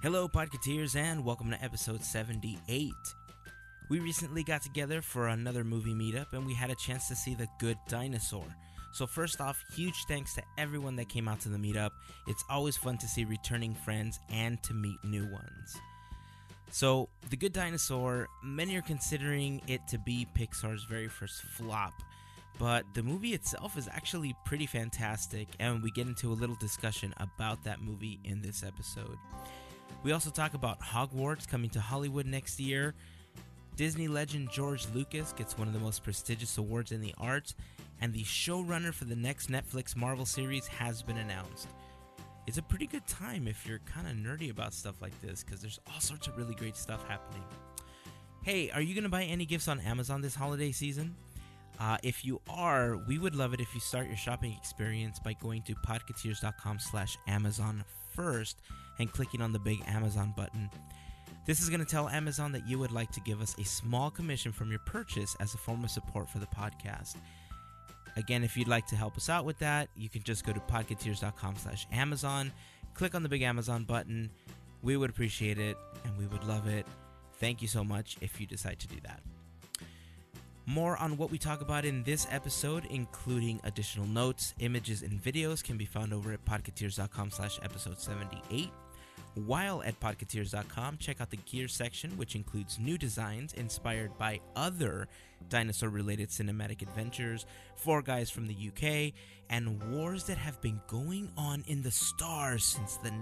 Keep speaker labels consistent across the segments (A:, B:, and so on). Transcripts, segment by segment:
A: Hello, Podcateers, and welcome to episode 78. We recently got together for another movie meetup and we had a chance to see The Good Dinosaur. So, first off, huge thanks to everyone that came out to the meetup. It's always fun to see returning friends and to meet new ones. So, The Good Dinosaur, many are considering it to be Pixar's very first flop, but the movie itself is actually pretty fantastic, and we get into a little discussion about that movie in this episode. We also talk about Hogwarts coming to Hollywood next year. Disney legend George Lucas gets one of the most prestigious awards in the arts, and the showrunner for the next Netflix Marvel series has been announced. It's a pretty good time if you're kind of nerdy about stuff like this, because there's all sorts of really great stuff happening. Hey, are you going to buy any gifts on Amazon this holiday season? Uh, if you are, we would love it if you start your shopping experience by going to podcateers.com slash Amazon first and clicking on the big Amazon button. This is going to tell Amazon that you would like to give us a small commission from your purchase as a form of support for the podcast. Again, if you'd like to help us out with that, you can just go to podcateers.com slash Amazon, click on the big Amazon button. We would appreciate it and we would love it. Thank you so much if you decide to do that. More on what we talk about in this episode, including additional notes, images, and videos, can be found over at podcateers.com slash episode 78. While at podcateers.com, check out the gear section, which includes new designs inspired by other dinosaur related cinematic adventures, Four Guys from the UK, and wars that have been going on in the stars since the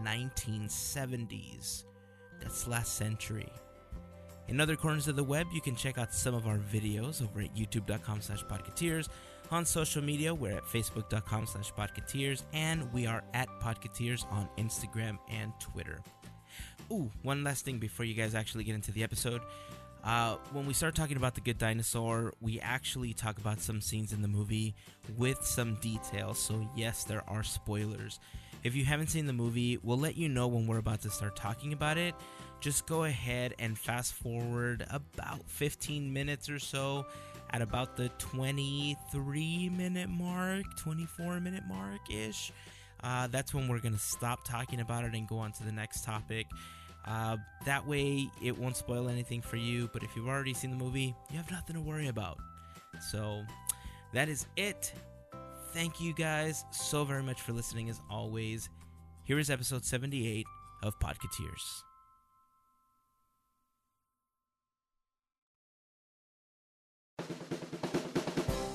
A: 1970s. That's last century. In other corners of the web, you can check out some of our videos over at youtube.com slash podcateers. On social media, we're at facebook.com slash podcateers, and we are at podcateers on Instagram and Twitter. Ooh, one last thing before you guys actually get into the episode. Uh, when we start talking about the good dinosaur, we actually talk about some scenes in the movie with some details. So, yes, there are spoilers. If you haven't seen the movie, we'll let you know when we're about to start talking about it. Just go ahead and fast forward about 15 minutes or so at about the 23 minute mark, 24 minute mark ish. Uh, that's when we're going to stop talking about it and go on to the next topic. Uh, that way, it won't spoil anything for you, but if you've already seen the movie, you have nothing to worry about. So, that is it thank you guys so very much for listening as always. Here is episode 78 of Podcateers.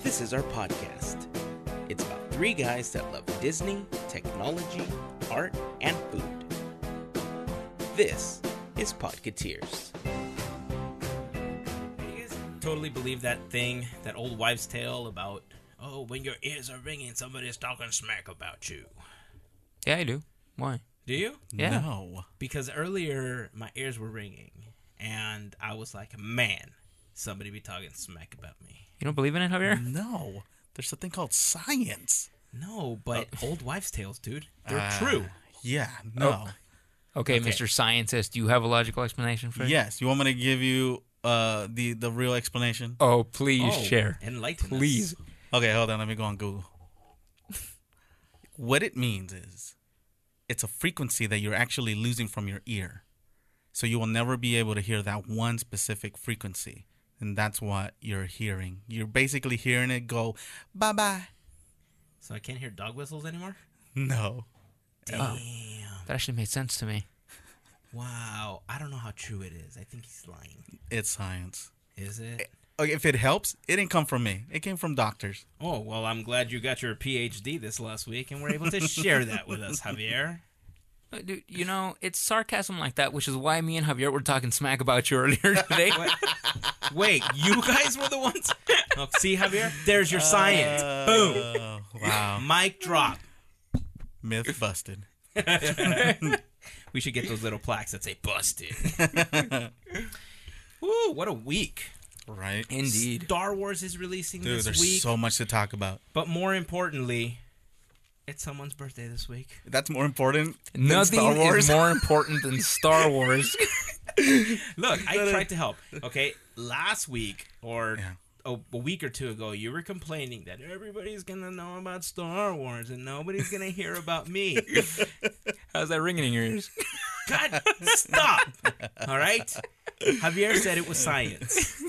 A: This is our podcast. It's about three guys that love Disney, technology, art, and food. This is Podcateers. You guys totally believe that thing, that old wives' tale about Oh, when your ears are ringing, somebody's talking smack about you.
B: Yeah, I do. Why?
A: Do you?
B: Yeah.
C: No.
A: Because earlier my ears were ringing, and I was like, man, somebody be talking smack about me.
B: You don't believe in it, Javier?
C: No. There's something called science.
A: No, but old wives' tales, dude. They're
B: Ah.
A: true.
C: Yeah, no.
A: Okay.
B: Okay, Mr. Scientist, do you have a logical explanation for it?
C: Yes, you want me to give you uh the the real explanation?
B: Oh, please
A: Oh,
B: share.
A: Enlighten us.
B: Please.
C: Okay, hold on, let me go on Google. what it means is it's a frequency that you're actually losing from your ear. So you will never be able to hear that one specific frequency. And that's what you're hearing. You're basically hearing it go bye bye.
A: So I can't hear dog whistles anymore?
C: No.
A: Damn.
B: That actually made sense to me.
A: Wow. I don't know how true it is. I think he's lying.
C: It's science.
A: Is it?
C: Okay, if it helps, it didn't come from me. It came from doctors.
A: Oh, well, I'm glad you got your PhD this last week and were able to share that with us, Javier.
B: Uh, Dude, you know, it's sarcasm like that, which is why me and Javier were talking smack about you earlier today.
A: Wait, you guys were the ones? Oh, see, Javier? There's your science. Boom.
C: Oh, wow.
A: Mic drop.
C: Myth busted.
A: We should get those little plaques that say busted. Woo, what a week.
C: Right?
B: Indeed.
A: Star Wars is releasing
C: Dude,
A: this
C: there's
A: week.
C: so much to talk about.
A: but more importantly, it's someone's birthday this week.
C: That's more important than
B: Nothing
C: Star Wars.
B: is more important than Star Wars.
A: Look, I tried to help. Okay, last week or
C: Yeah.
A: a, a week or two ago, you were complaining that everybody's going to know about Star Wars and nobody's going to hear about me.
B: How's that ringing in your ears?
A: God, stop. All right? Javier said it was science.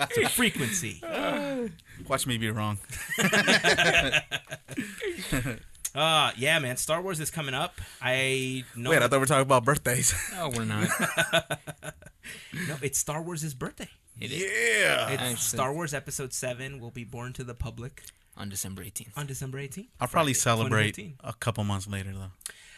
A: It's a frequency.
C: Watch me be wrong.
A: Uh, yeah, man. Star Wars is coming up. I know.
D: Wait, I thought we were talking about birthdays.
B: No, we're not.
A: no, it's Star Wars' birthday.
B: It is
D: yeah.
A: It's
B: Excellent.
A: Star Wars Episode 7 will be born to the public
B: on December 18th.
A: on December 18th.
C: I'll probably celebrate
A: 2019.
C: a couple months later though.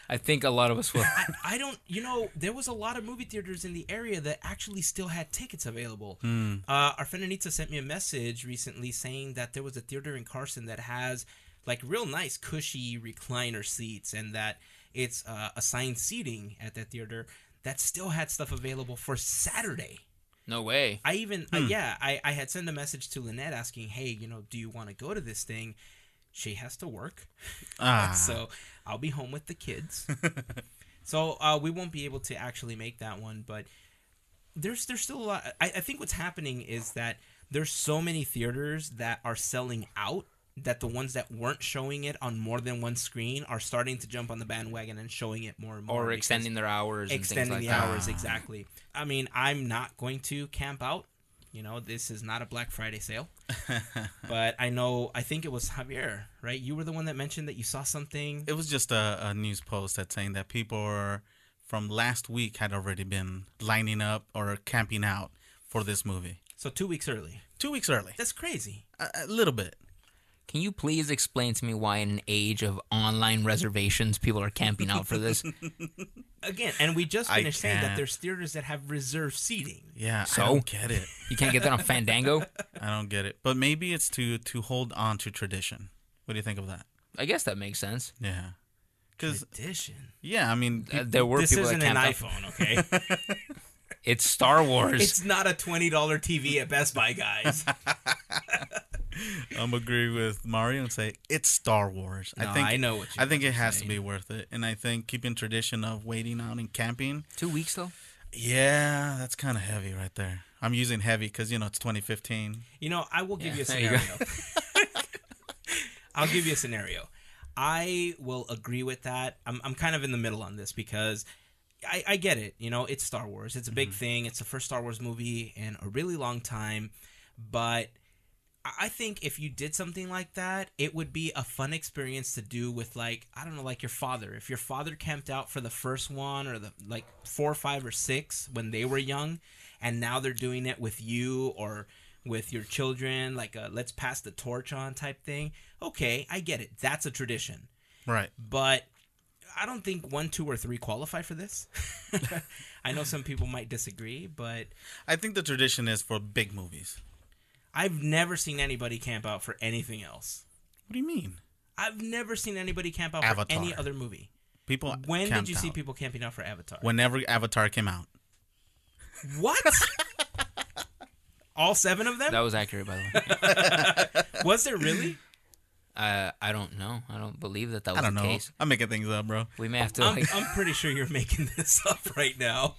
B: I think a lot of us will.
A: I, I don't, you know, there was a lot of movie theaters in the area that actually still had tickets available. Uh, our friend Anita sent me a message recently saying that there was a theater in Carson that has like real nice cushy recliner seats and that it's uh, assigned seating at that theater that still had stuff available for Saturday.
B: No way.
A: I even uh, yeah, I I had sent a message to Lynette asking, "Hey, you know, do you want to go to this thing?" She has to work,
C: Ah,
A: so I'll be home with the kids. so uh, we won't be able to actually make that one, but there's there's still a lot. I, I think what's happening is that there's so many theaters that are selling out that the ones that weren't showing it on more than one screen are starting to jump on the bandwagon and showing it more and more.
B: Or
A: because-
B: extending their hours. and things
A: extending
B: like
A: the
B: that.
A: hours exactly. I mean, I'm not going to camp out. You know, this is not a Black Friday sale. but I know, I think it was Javier, right? You were the one that mentioned that you saw something.
C: it was just a, a news post that's saying that people are, from last week had already been lining up or camping out for this movie.
A: So two weeks early.
C: Two weeks early,
A: That's crazy.
C: a, a little bit.
B: Can you please explain to me why, in an age of online reservations, people are camping out for this?
A: Again, and we just
C: I
A: finished saying that
C: can't.
A: there's theaters that have reserved seating.
C: Yeah,
B: So?
C: I don't get it.
B: You can't get that on Fandango.
C: I don't get it. But maybe it's to to hold on to tradition. What do you think of that?
B: I guess that makes sense.
C: Yeah, because
A: Tradition.
C: yeah, I mean,
B: Uh, there were
A: This
B: people
A: isn't
B: that
A: an
B: camped out.
A: iPhone, okay?
B: It's Star Wars.
A: it's not a $20 TV at Best Buy, guys.
C: I'm agree with Mario and say it's Star Wars.
A: No,
C: I think
A: I know what you
C: I think
A: guys
C: it
A: are
C: has
A: saying.
C: to be worth it, and I think keeping tradition of waiting out and camping.
B: Two weeks though.
C: Yeah, that's kind of heavy right there. I'm using heavy because you know it's 2015.
A: You know, I will give
B: Yeah,
A: you a
B: there you go.
A: scenario. I'll give you a scenario. I will agree with that. I'm, I'm kind of in the middle on this because I, I get it. You know, it's Star Wars, it's a
B: Mm-hmm.
A: big thing. It's the first Star Wars movie in a really long time. But I I think if you did something like that, it would be a fun experience to do with, like, I don't know, like your father. If your father camped out for the first one or the like four, five, or six when they were young, and now they're doing it with you or with your children, like a let's pass the torch on type thing. Okay, I get it. That's a tradition.
C: Right.
A: But I don't think one, two, or three qualify for this. I know some people might disagree, but
C: I think the tradition is for big movies.
A: I've never seen anybody camp out for anything else.
C: What do you mean?
A: I've never seen anybody camp out
C: Avatar.
A: for any other movie.
C: People.
A: When did
C: camped
A: you see
C: out.
A: people camping out for Avatar?
C: Whenever Avatar came out.
A: What? All seven of them?
B: That was accurate, by the way.
A: Was there really?
B: uh, I don't know. I don't believe that that was
C: I don't
B: the
C: know.
B: case.
C: I'm making things up, bro.
B: We may have to
A: I'm,
B: like
A: I'm pretty sure you're making this up right now.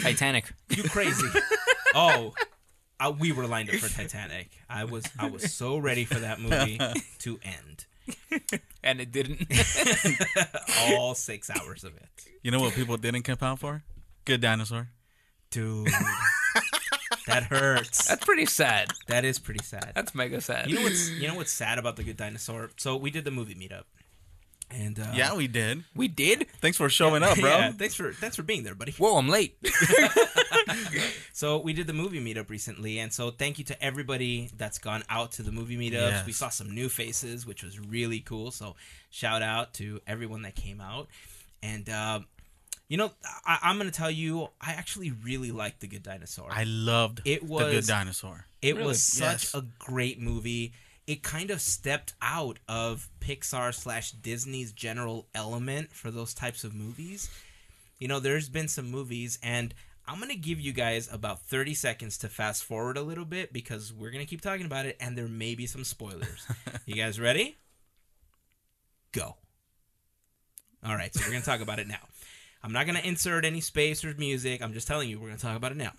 B: Titanic.
A: You crazy? oh, I, we were lined up for Titanic. I was I was so ready for that movie to end.
B: And it didn't.
A: All six hours of it,
C: You know what people didn't camp out for? Good dinosaur.
A: dude. That hurts.
B: That's pretty sad.
A: That is pretty sad.
B: That's mega sad.
A: You know what's you know what's sad about the Good Dinosaur? So we did the movie meetup, and uh,
C: yeah, we did.
B: we did?
C: Thanks for showing up, bro.
A: yeah, thanks for thanks for being there, buddy.
B: Whoa, I'm late.
A: So we did the movie meetup recently, and so thank you to everybody that's gone out to the movie meetups.
C: Yes.
A: We saw some new faces, which was really cool. So shout out to everyone that came out, and um, you know I- I'm gonna tell you, I actually really liked the Good Dinosaur.
C: I loved
A: It
C: the Good
A: was-
C: Dinosaur.
A: It
B: Really?
A: was such
C: Yes.
A: a great movie. It kind of stepped out of Pixar slash Disney's general element for those types of movies. You know, there's been some movies, and I'm going to give you guys about 30 seconds to fast forward a little bit because we're going to keep talking about it, and there may be some spoilers. you guys ready? Go. All right, so we're going to talk about it now. I'm not going to insert any space or music. I'm just telling you, we're going to talk about it now.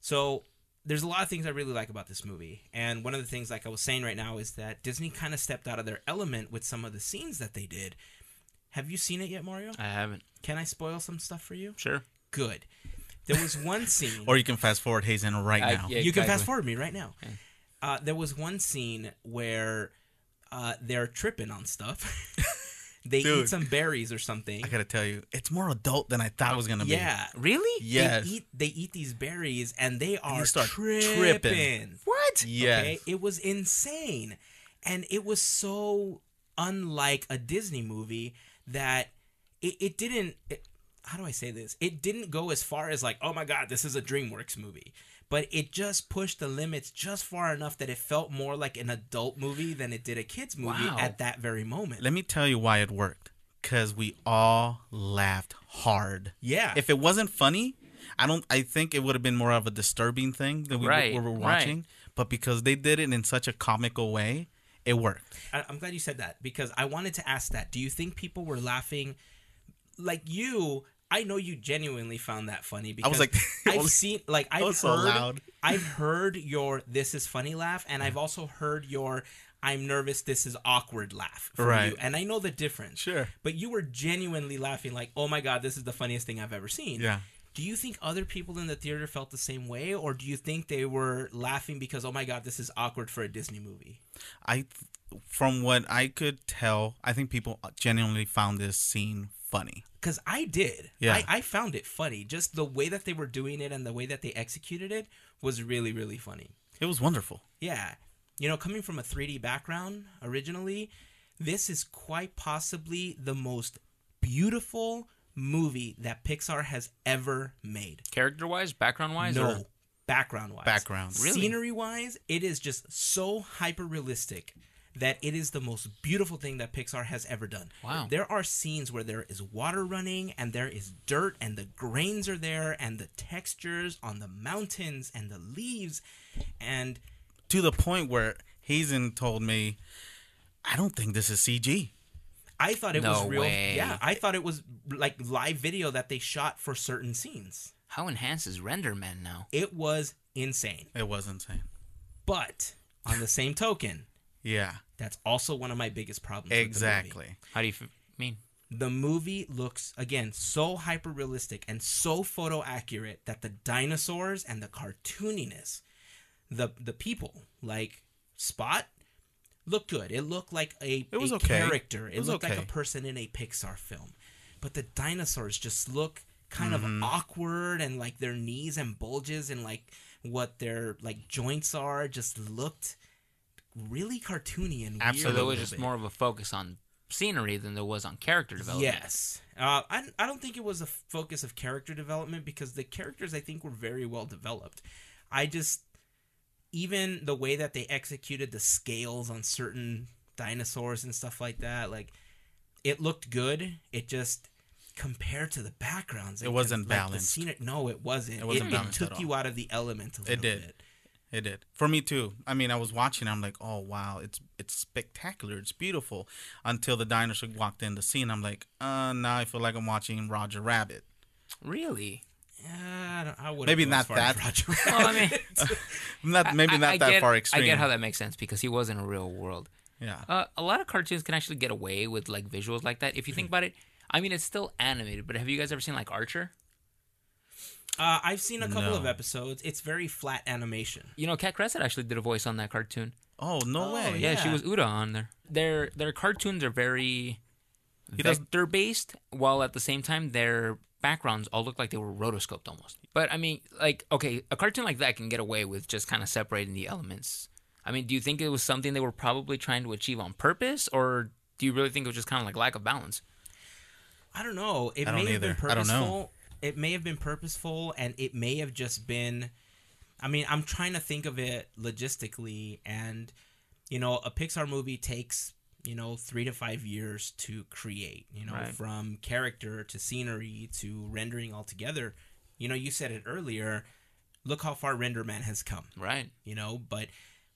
A: So there's a lot of things I really like about this movie, and one of the things, like I was saying right now, is that Disney kind of stepped out of their element with some of the scenes that they did. Have you seen it yet, Mario?
B: I haven't.
A: Can I spoil some stuff for you?
B: Sure.
A: Good. There was one scene.
C: Or you can fast forward Hazen right
B: I-
C: now.
B: yeah.
A: you can
B: exactly.
A: fast forward me right now. Uh, there was one scene where uh, they're tripping on stuff. they eat
C: Dude.
A: some berries or something.
C: I gotta tell you, it's more adult than I thought it was gonna be.
A: Yeah.
B: Really?
C: Yes.
A: They eat they eat these berries and they are
C: start
A: tripping.
C: tripping.
B: What?
C: Yes.
A: Okay? It was insane. And it was so unlike a Disney movie that it, it didn't. It, how do I say this? It didn't go as far as, like, oh my God, this is a DreamWorks movie. But it just pushed the limits just far enough that it felt more like an adult movie than it did a kid's movie
B: Wow.
A: at that very moment.
C: Let me tell you why it worked. Cause we all laughed hard.
A: yeah.
C: If it wasn't funny, I don't. I think it would have been more of a disturbing thing that we,
B: Right,
C: we were
B: right.
C: watching. But because they did it in such a comical way, it worked.
A: I- I'm glad you said that because I wanted to ask that. Do you think people were laughing like you? I know you genuinely found that funny because
C: I was like,
A: I've seen like I've
C: was so
A: heard
C: loud.
A: I've heard your this is funny laugh and I've also heard your I'm nervous this is awkward laugh from
C: Right.
A: you and I know the difference.
C: Sure.
A: But you were genuinely laughing like, "Oh my god, this is the funniest thing I've ever seen."
C: Yeah.
A: Do you think other people in the theater felt the same way or do you think they were laughing because, "Oh my god, this is awkward for a Disney movie?"
C: I, th- from what I could tell, I think people genuinely found this scene funny.
A: Because I did.
C: Yeah.
A: I, I found it funny. Just the way that they were doing it and the way that they executed it was really, really funny.
C: It was wonderful.
A: Yeah. You know, coming from a 3D background originally, this is quite possibly the most beautiful movie that Pixar has ever made.
B: Character wise, background wise, or
A: No, background wise.
C: Background.
B: Really?
A: Scenery wise, it is just so hyper realistic that it is the most beautiful thing that Pixar has ever done.
B: Wow.
A: There are scenes where there is water running and there is dirt and the grains are there and the textures on the mountains and the leaves and
C: To the point where Hazen told me, I don't think this is CG.
A: I thought it
B: No
A: was real.
B: way.
A: Yeah, I thought it was like live video that they shot for certain scenes.
B: how enhanced is Render Man now?
A: It was insane.
C: It was insane.
A: But on the same token,
C: Yeah,
A: that's also one of my biggest problems. with the movie.
C: exactly.
B: How do you f- mean?
A: The movie looks again so hyper realistic and so photo accurate that the dinosaurs and the cartooniness, the the people like Spot looked good. It looked like a,
C: It was
A: a
C: okay.
A: character. It,
C: It was
A: looked like
C: okay.
A: a person in a Pixar film. But the dinosaurs just look kind of
C: Mm-hmm.
A: awkward and like their knees and bulges and like what their like joints are just looked really cartoony and weird.
B: So
A: a
C: Absolutely.
B: there
A: little
B: was just
A: bit.
B: more of a focus on scenery than there was on character development.
A: Yes. Uh, I, I don't think it was a focus of character development because the characters I think were very well developed. I just even the way that they executed the scales on certain dinosaurs and stuff like that, like it looked good. It just compared to the backgrounds,
C: It wasn't
A: like, the
C: balanced.
A: scenic- no, it wasn't. It,
C: It wasn't
A: it
C: balanced at
A: took you out of the element a little
C: did.
A: bit.
C: It did for me too. I mean, I was watching. I'm like, oh wow, it's it's spectacular. It's beautiful. Until the dinosaur walked in the scene, I'm like, uh, now I feel like I'm watching Roger Rabbit.
B: Really?
A: Yeah, I, don't- I wouldn't
C: Maybe
A: go as
C: not
A: far as
C: that-
A: Roger
B: Well, I mean,
C: Not maybe
B: I-
C: not
B: I
C: that
B: get-
C: far extreme.
B: I get how that makes sense because he was in a real world.
C: Yeah,
B: Uh, a lot of cartoons can actually get away with like visuals like that. If you think about it, I mean, it's still animated, but have you guys ever seen like Archer?
A: Uh, I've seen a couple
C: No.
A: of episodes. It's very flat animation.
B: You know, Cat Crescent actually did a voice on that cartoon.
C: Oh no
A: Oh,
C: way!
B: Yeah, she
A: Yeah.
B: was Uda on there. Their their cartoons are very
C: does-
B: vector based, while at the same time their backgrounds all look like they were rotoscoped almost. But I mean, like okay, a cartoon like that can get away with just kind of separating the elements. I mean, do you think it was something they were probably trying to achieve on purpose, or do you really think it was just kind of like lack of balance?
A: I don't know. It
C: I don't
A: may have been
C: either. I don't
A: purposeful.
C: know.
A: It may have been purposeful, and it may have just been. I mean, I'm trying to think of it logistically, and you know, a Pixar movie takes you know three to five years to create. You know,
B: Right.
A: from character to scenery to rendering altogether. You know, you said it earlier. Look how far RenderMan has come
B: Right.
A: you know but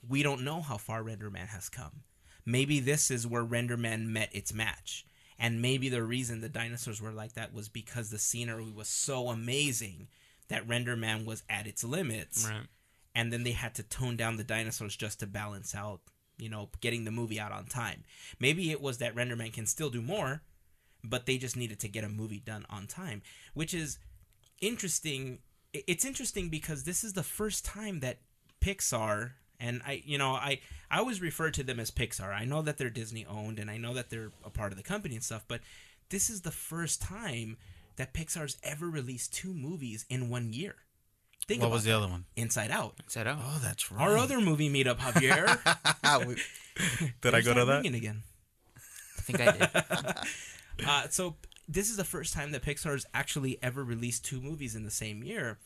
A: we don't know how far renderman has come maybe this is where renderman met its match and maybe the reason the dinosaurs were like that was because the scenery was so amazing that renderman was at its limits
B: Right.
A: and then they had to tone down the dinosaurs just to balance out you know getting the movie out on time maybe it was that renderman can still do more but they just needed to get a movie done on time, which is interesting. I- It's interesting because this is the first time that Pixar and I, you know, I I always refer to them as Pixar. I know that they're Disney owned and I know that they're a part of the company and stuff, but this is the first time that Pixar's ever released two movies in one year. Think
C: What
A: about
C: was the
A: that.
C: other one?
A: Inside Out.
B: Set up.
C: Oh, that's right.
A: Our other movie meetup, Javier.
C: Did I
A: There's
C: go to that?
A: ringing again?
B: I think I did.
A: Uh, so this is the first time that Pixar's actually ever released two movies in the same year,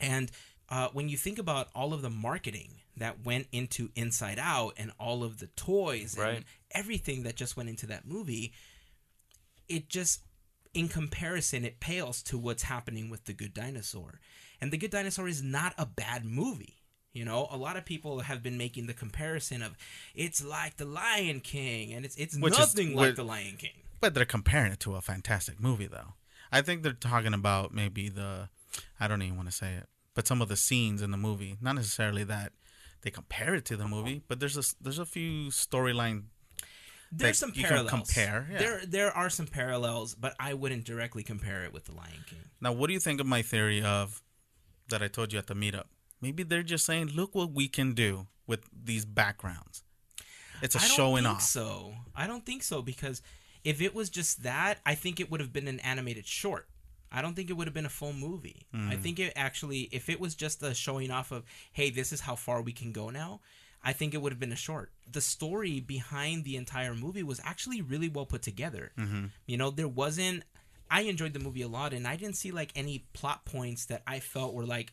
A: and uh, when you think about all of the marketing that went into Inside Out and all of the toys and
B: Right.
A: everything that just went into that movie, it just in comparison it pales to what's happening with The Good Dinosaur, and The Good Dinosaur is not a bad movie. You know, a lot of people have been making the comparison of it's like The Lion King, and it's it's
C: Which is-
A: nothing like
C: wh-
A: The Lion King.
C: But they're comparing it to a fantastic movie, though. I think they're talking about maybe the, I don't even want to say it, but some of the scenes in the movie. Not necessarily that they compare it to the movie, but there's a there's a few storyline.
A: there's some
C: that you can
A: parallels.
C: compare, yeah.
A: There there are some parallels, but I wouldn't directly compare it with The Lion King.
C: Now, what do you think of my theory of that I told you at the meetup? Maybe they're just saying, look what we can do with these backgrounds. It's a
A: I don't
C: showing
A: think
C: off.
A: So I don't think so because if it was just that, I think it would have been an animated short. I don't think it would have been a full movie. I
C: Mm.
A: think it actually, if it was just a showing off of, hey, this is how far we can go now, I think it would have been a short. The story behind the entire movie was actually really well put together.
C: Mm-hmm.
A: You know, there wasn't. I enjoyed the movie a lot, and I didn't see like any plot points that I felt were like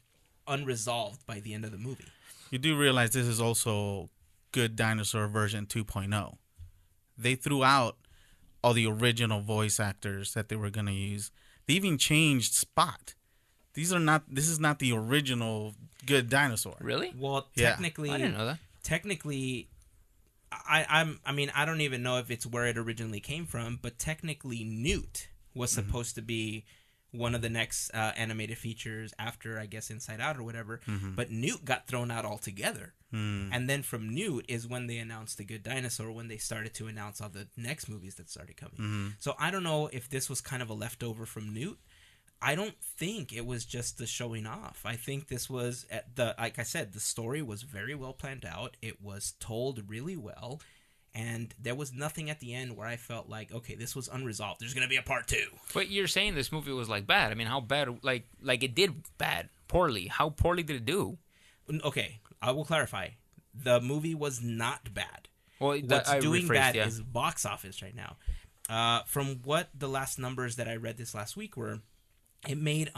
A: unresolved by the end of the movie.
C: You do realize this is also Good Dinosaur version 2.0. They threw out all the original voice actors that they were going to use. They even changed Spot. These are not this is not the original Good Dinosaur.
B: Really?
A: Well,
C: Yeah.
A: technically,
B: I didn't know that.
A: technically I, I'm I mean I don't even know if it's where it originally came from, but technically Newt was supposed to be one of the next uh, animated features after I guess Inside Out or whatever. But Newt got thrown out altogether, and then from Newt is when they announced the Good Dinosaur when they started to announce all the next movies that started coming. So I don't know if this was kind of a leftover from Newt. I don't think it was just the showing off. I think this was at the like I said, the story was very well planned out. It was told really well, and there was nothing at the end where I felt like, okay, this was unresolved. There's gonna be a part two.
B: But you're saying this movie was like bad. I mean, how bad? Like, like it did bad, poorly. How poorly did it do?
A: N- Okay, I will clarify. The movie was not bad.
B: Well, that-
A: What's
B: I
A: doing
B: rephrased,
A: bad
B: yeah.
A: is box office right now. Uh, from what the last numbers that I read this last week were, it made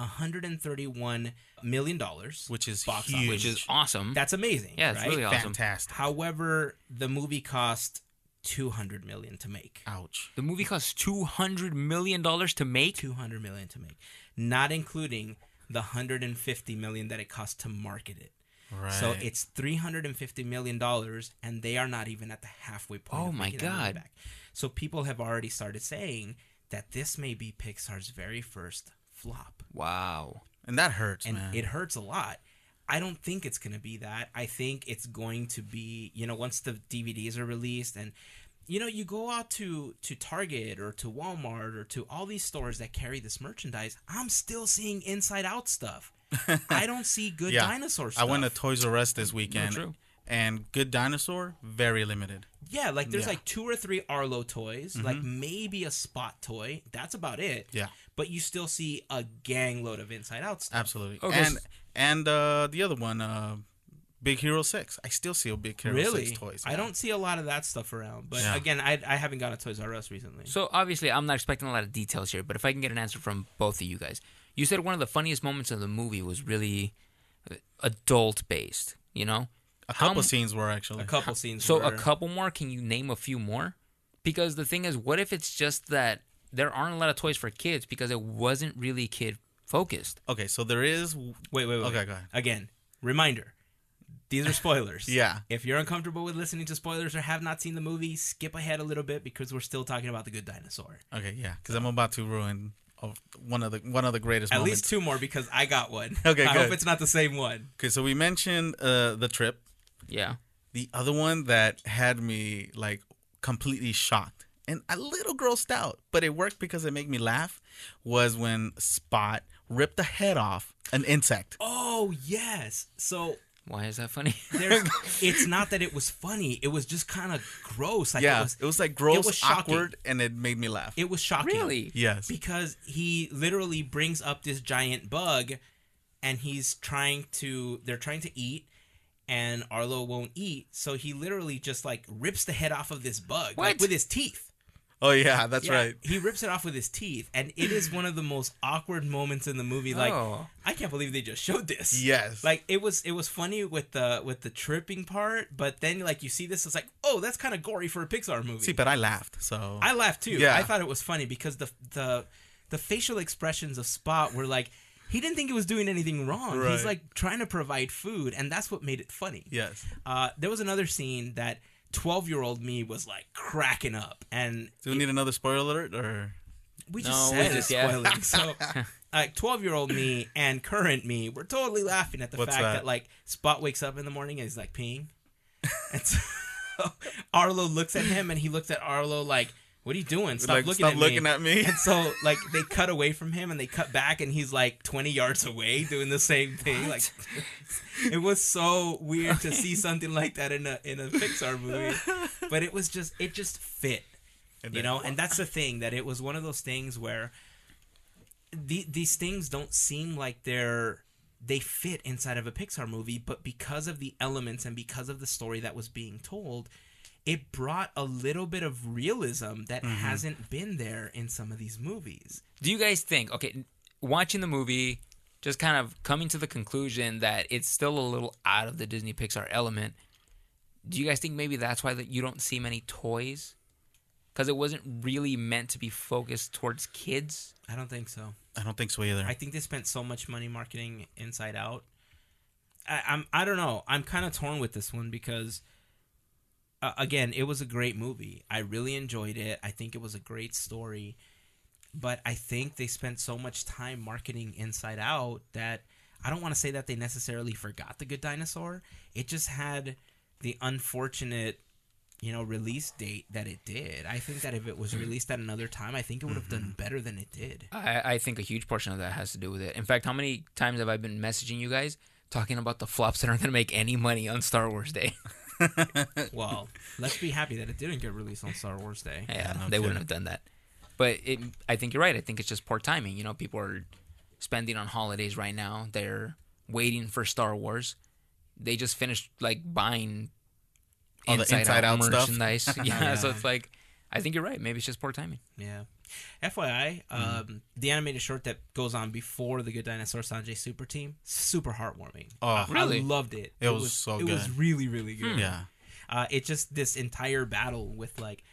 A: 131 million dollars,
C: Which is
A: Box office.
C: huge.
B: which is awesome.
A: that's amazing.
B: yeah, it's
A: right?
B: really awesome.
C: fantastic.
A: However, the movie cost 200 million to make.
C: Ouch.
B: The movie cost two hundred million dollars to make.
A: 200 million to make, not including the 150 million that it cost to market it.
C: Right.
A: So it's 350 million dollars and they are not even at the halfway point.
B: Oh
A: of
B: my
A: making that money
B: God.
A: back. So people have already started saying that this may be Pixar's very first flop.
B: Wow.
C: and that hurts,
A: and
C: man.
A: it hurts a lot. I don't think it's going to be that. I think it's going to be, you know, once the DVDs are released and you know, you go out to to Target or to Walmart or to all these stores that carry this merchandise, I'm still seeing inside out stuff. I don't see good
C: Yeah.
A: dinosaur stuff.
C: I went to Toys R Us this weekend
B: true.
C: and Good Dinosaur very limited.
A: yeah, like there's
C: Yeah. Mm-hmm.
A: like two or three Arlo toys, like maybe a spot toy. That's about it.
C: Yeah.
A: But you still see a gang load of inside out stuff.
C: Absolutely.
B: Okay,
C: And
B: s-
C: and uh, the other one, uh, Big Hero Six. I still see a Big Hero Six toys.
A: I don't see a lot of that stuff around. But
C: Yeah.
A: again, I, I haven't gone to Toys R Us recently.
B: So obviously, I'm not expecting a lot of details here, but if I can get an answer from both of you guys, you said one of the funniest moments of the movie was really adult based. You know,
C: A
B: How
C: couple
B: m-
C: scenes were actually.
A: a couple scenes.
B: So a
A: were-
B: couple more. Can you name a few more? Because the thing is, what if it's just that there aren't a lot of toys for kids because it wasn't really kid focused?
C: Okay, so there is.
A: Wait, wait, wait.
C: Okay, go ahead.
A: Again, reminder: these are spoilers.
C: Yeah.
A: If you're uncomfortable with listening to spoilers or have not seen the movie, skip ahead a little bit because we're still talking about the Good Dinosaur.
C: Okay, yeah, because I'm about to ruin of one of the one of the greatest
A: At
C: moments.
A: least two more because I got one.
C: Okay,
A: I hope
C: good.
A: it's not the same one.
C: okay, so we mentioned uh, the trip.
B: Yeah.
C: The other one that had me like completely shocked, and a little grossed out, but it worked because it made me laugh. Was when Spot ripped the head off an insect.
A: Oh yes. So
B: Why is that funny?
A: there's. it's not that it was funny. It was just kind of gross. Like
C: yeah,
A: It was,
C: like gross,
A: was shocking.
C: awkward, and it made me laugh.
A: it was shocking.
B: Really?
C: yes,
A: Because he literally brings up this giant bug and he's trying to they're trying to eat and Arlo won't eat, so he literally just like rips the head off of this bug like,
B: What?
A: with his teeth.
C: oh yeah, that's
A: Yeah,
C: right.
A: He rips it off with his teeth, and it is one of the most awkward moments in the movie. Like,
B: Oh.
A: I can't believe they just showed this.
C: Yes,
A: Like it was it was funny with the with the tripping part, but then like you see this, it's like, oh, that's kind of gory for a Pixar movie.
C: see, but I laughed. So
A: I laughed too.
C: Yeah.
A: I thought it was funny because the the the facial expressions of Spot were like he didn't think he was doing anything wrong.
C: Right.
A: He's like trying to provide food, and that's what made it funny.
C: yes,
A: Uh, there was another scene that twelve year old me was like cracking up, and
C: do we need another spoiler alert or?
A: we
B: No,
A: just
B: we
A: said
B: just-
A: it's
B: yeah.
A: spoiling. So, like twelve-year-old me and current me, we're totally laughing at the
C: What's
A: fact that?
C: that?
A: like Spot wakes up in the morning and he's like peeing, and so Arlo looks at him and he looks at Arlo like, "What are you doing? Stop
C: like,
A: looking
C: stop
A: at
C: looking
A: me."
C: at me.
A: and so like they cut away from him and they cut back and he's like 20 yards away doing the same thing like it was so weird to see something like that in a in a Pixar movie but it was just it just fit you
C: did.
A: know and that's the thing that it was one of those things where the, these things don't seem like they're they fit inside of a Pixar movie but because of the elements and because of the story that was being told it brought a little bit of realism that hasn't been there in some of these movies.
B: Do you guys think, okay, watching the movie, just kind of coming to the conclusion that it's still a little out of the Disney Pixar element, do you guys think maybe that's why that you don't see many toys? Because it wasn't really meant to be focused towards kids?
A: I don't think so.
C: I don't think so either.
A: I think they spent so much money marketing Inside Out. I, I'm I don't know. I'm kind of torn with this one because uh, again, it was a great movie. I really enjoyed it. I think it was a great story, but I think they spent so much time marketing Inside Out that I don't want to say that they necessarily forgot the Good Dinosaur. It just had the unfortunate you know release date that it did i think that if it was released at another time i think it would have done better than it did
B: I, I think a huge portion of that has to do with it. In fact, how many times have I been messaging you guys talking about the flops that aren't going to make any money on Star Wars Day?
A: Well, let's be happy that it didn't get released on Star Wars Day.
B: Yeah,
C: no
B: they wouldn't
C: kidding.
B: have done that. But it, I think you're right. I think it's just poor timing. You know, people are spending on holidays right now. They're waiting for Star Wars. They just finished like buying
C: All the Inside Out stuff?
B: merchandise. yeah,
A: Yeah.
B: so it's like, I think you're right. Maybe it's just poor timing.
A: Yeah. FYI, um, the animated short that goes on before the Good Dinosaur Sanjay Super Team, super heartwarming.
C: Oh,
A: Uh,
B: really?
A: I loved it.
C: It was so
A: It was
C: good. Hmm.
A: really, really good.
C: yeah,
A: Uh, it's just this entire battle with like,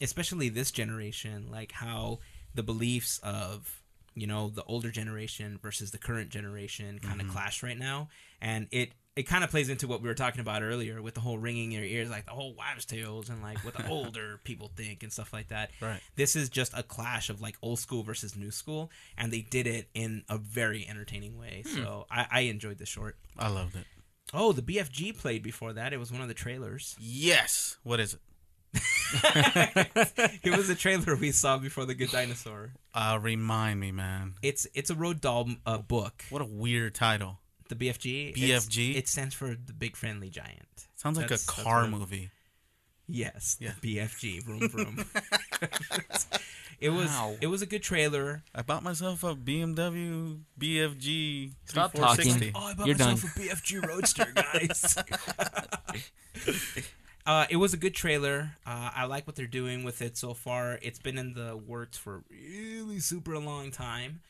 A: especially this generation, like how the beliefs of you know the older generation versus the current generation kind of clash right now, and it it kind of plays into what we were talking about earlier with the whole ringing your ears, like the whole wives' tales and like what the older people think and stuff like that.
C: Right.
A: This is just a clash of like old school versus new school, and they did it in a very entertaining way. So I, I enjoyed the short.
C: I loved it.
A: Oh, the BFG played before that. It was one of the trailers.
C: Yes. What is it?
A: it was a trailer we saw before the Good Dinosaur.
C: Uh, remind me, man.
A: It's it's a Roald Dahl uh, book.
C: What a weird title.
A: The BFG.
C: BFG?
A: It's, it stands for the Big Friendly Giant.
C: Sounds like
A: That's-
C: a
A: that's
C: car
A: what it-
C: movie.
A: Yes.
C: Yeah.
A: The BFG. Vroom vroom. it was
B: Wow.
A: it was a good trailer.
C: I bought myself a BMW BFG
B: Stop
C: 3460.
B: talking.
A: Oh, I bought
B: You're
A: myself
B: done.
A: a BFG Roadster, guys. uh, it was a good trailer. Uh, I like what they're doing with it so far. It's been in the works for a really super long time.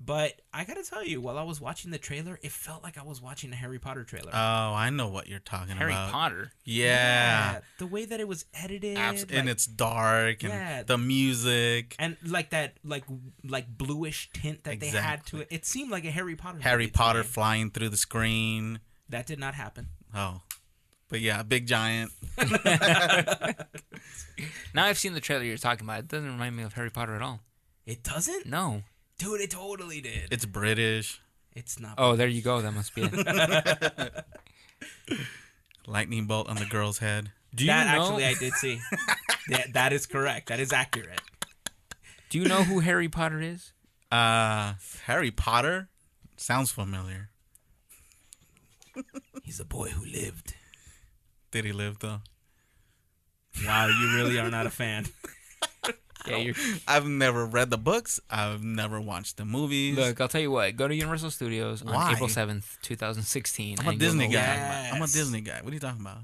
A: But I gotta tell you, while I was watching the trailer, it felt like I was watching a Harry Potter trailer.
C: Oh, I know what you're talking
B: Harry
C: about.
B: Potter.
C: Yeah.
A: the way that it was edited,
C: Abs-
A: like-
C: and it's dark and
A: Yeah.
C: the music.
A: and like that, like like bluish tint that they had to it. It seemed like a Harry Potter.
C: Harry
A: movie to
C: Potter
A: me.
C: flying through the screen.
A: that did not happen.
C: Oh. But yeah, big giant.
B: Now I've seen the trailer you're talking about. It doesn't remind me of Harry Potter at all.
A: It doesn't,
B: No.
A: dude. It totally did.
C: It's British.
A: It's not.
B: Oh, there you go. That must be it.
C: Lightning bolt on the girl's head.
B: Do you
A: that
B: know?
A: actually I did see. Yeah, that is correct. That is accurate.
B: Do you know who Harry Potter is?
C: Uh, Harry Potter sounds familiar.
A: He's a boy who lived.
C: Did he live though?
A: Wow, you really are not a fan.
B: Yeah, you're,
C: I've never read the books. I've never watched the movies.
B: look, I'll tell you what. Go to Universal Studios on
C: Why?
B: April seventh, two thousand sixteen.
C: I'm a Disney guy. I'm a
A: Yes.
C: Disney guy. What are you talking about?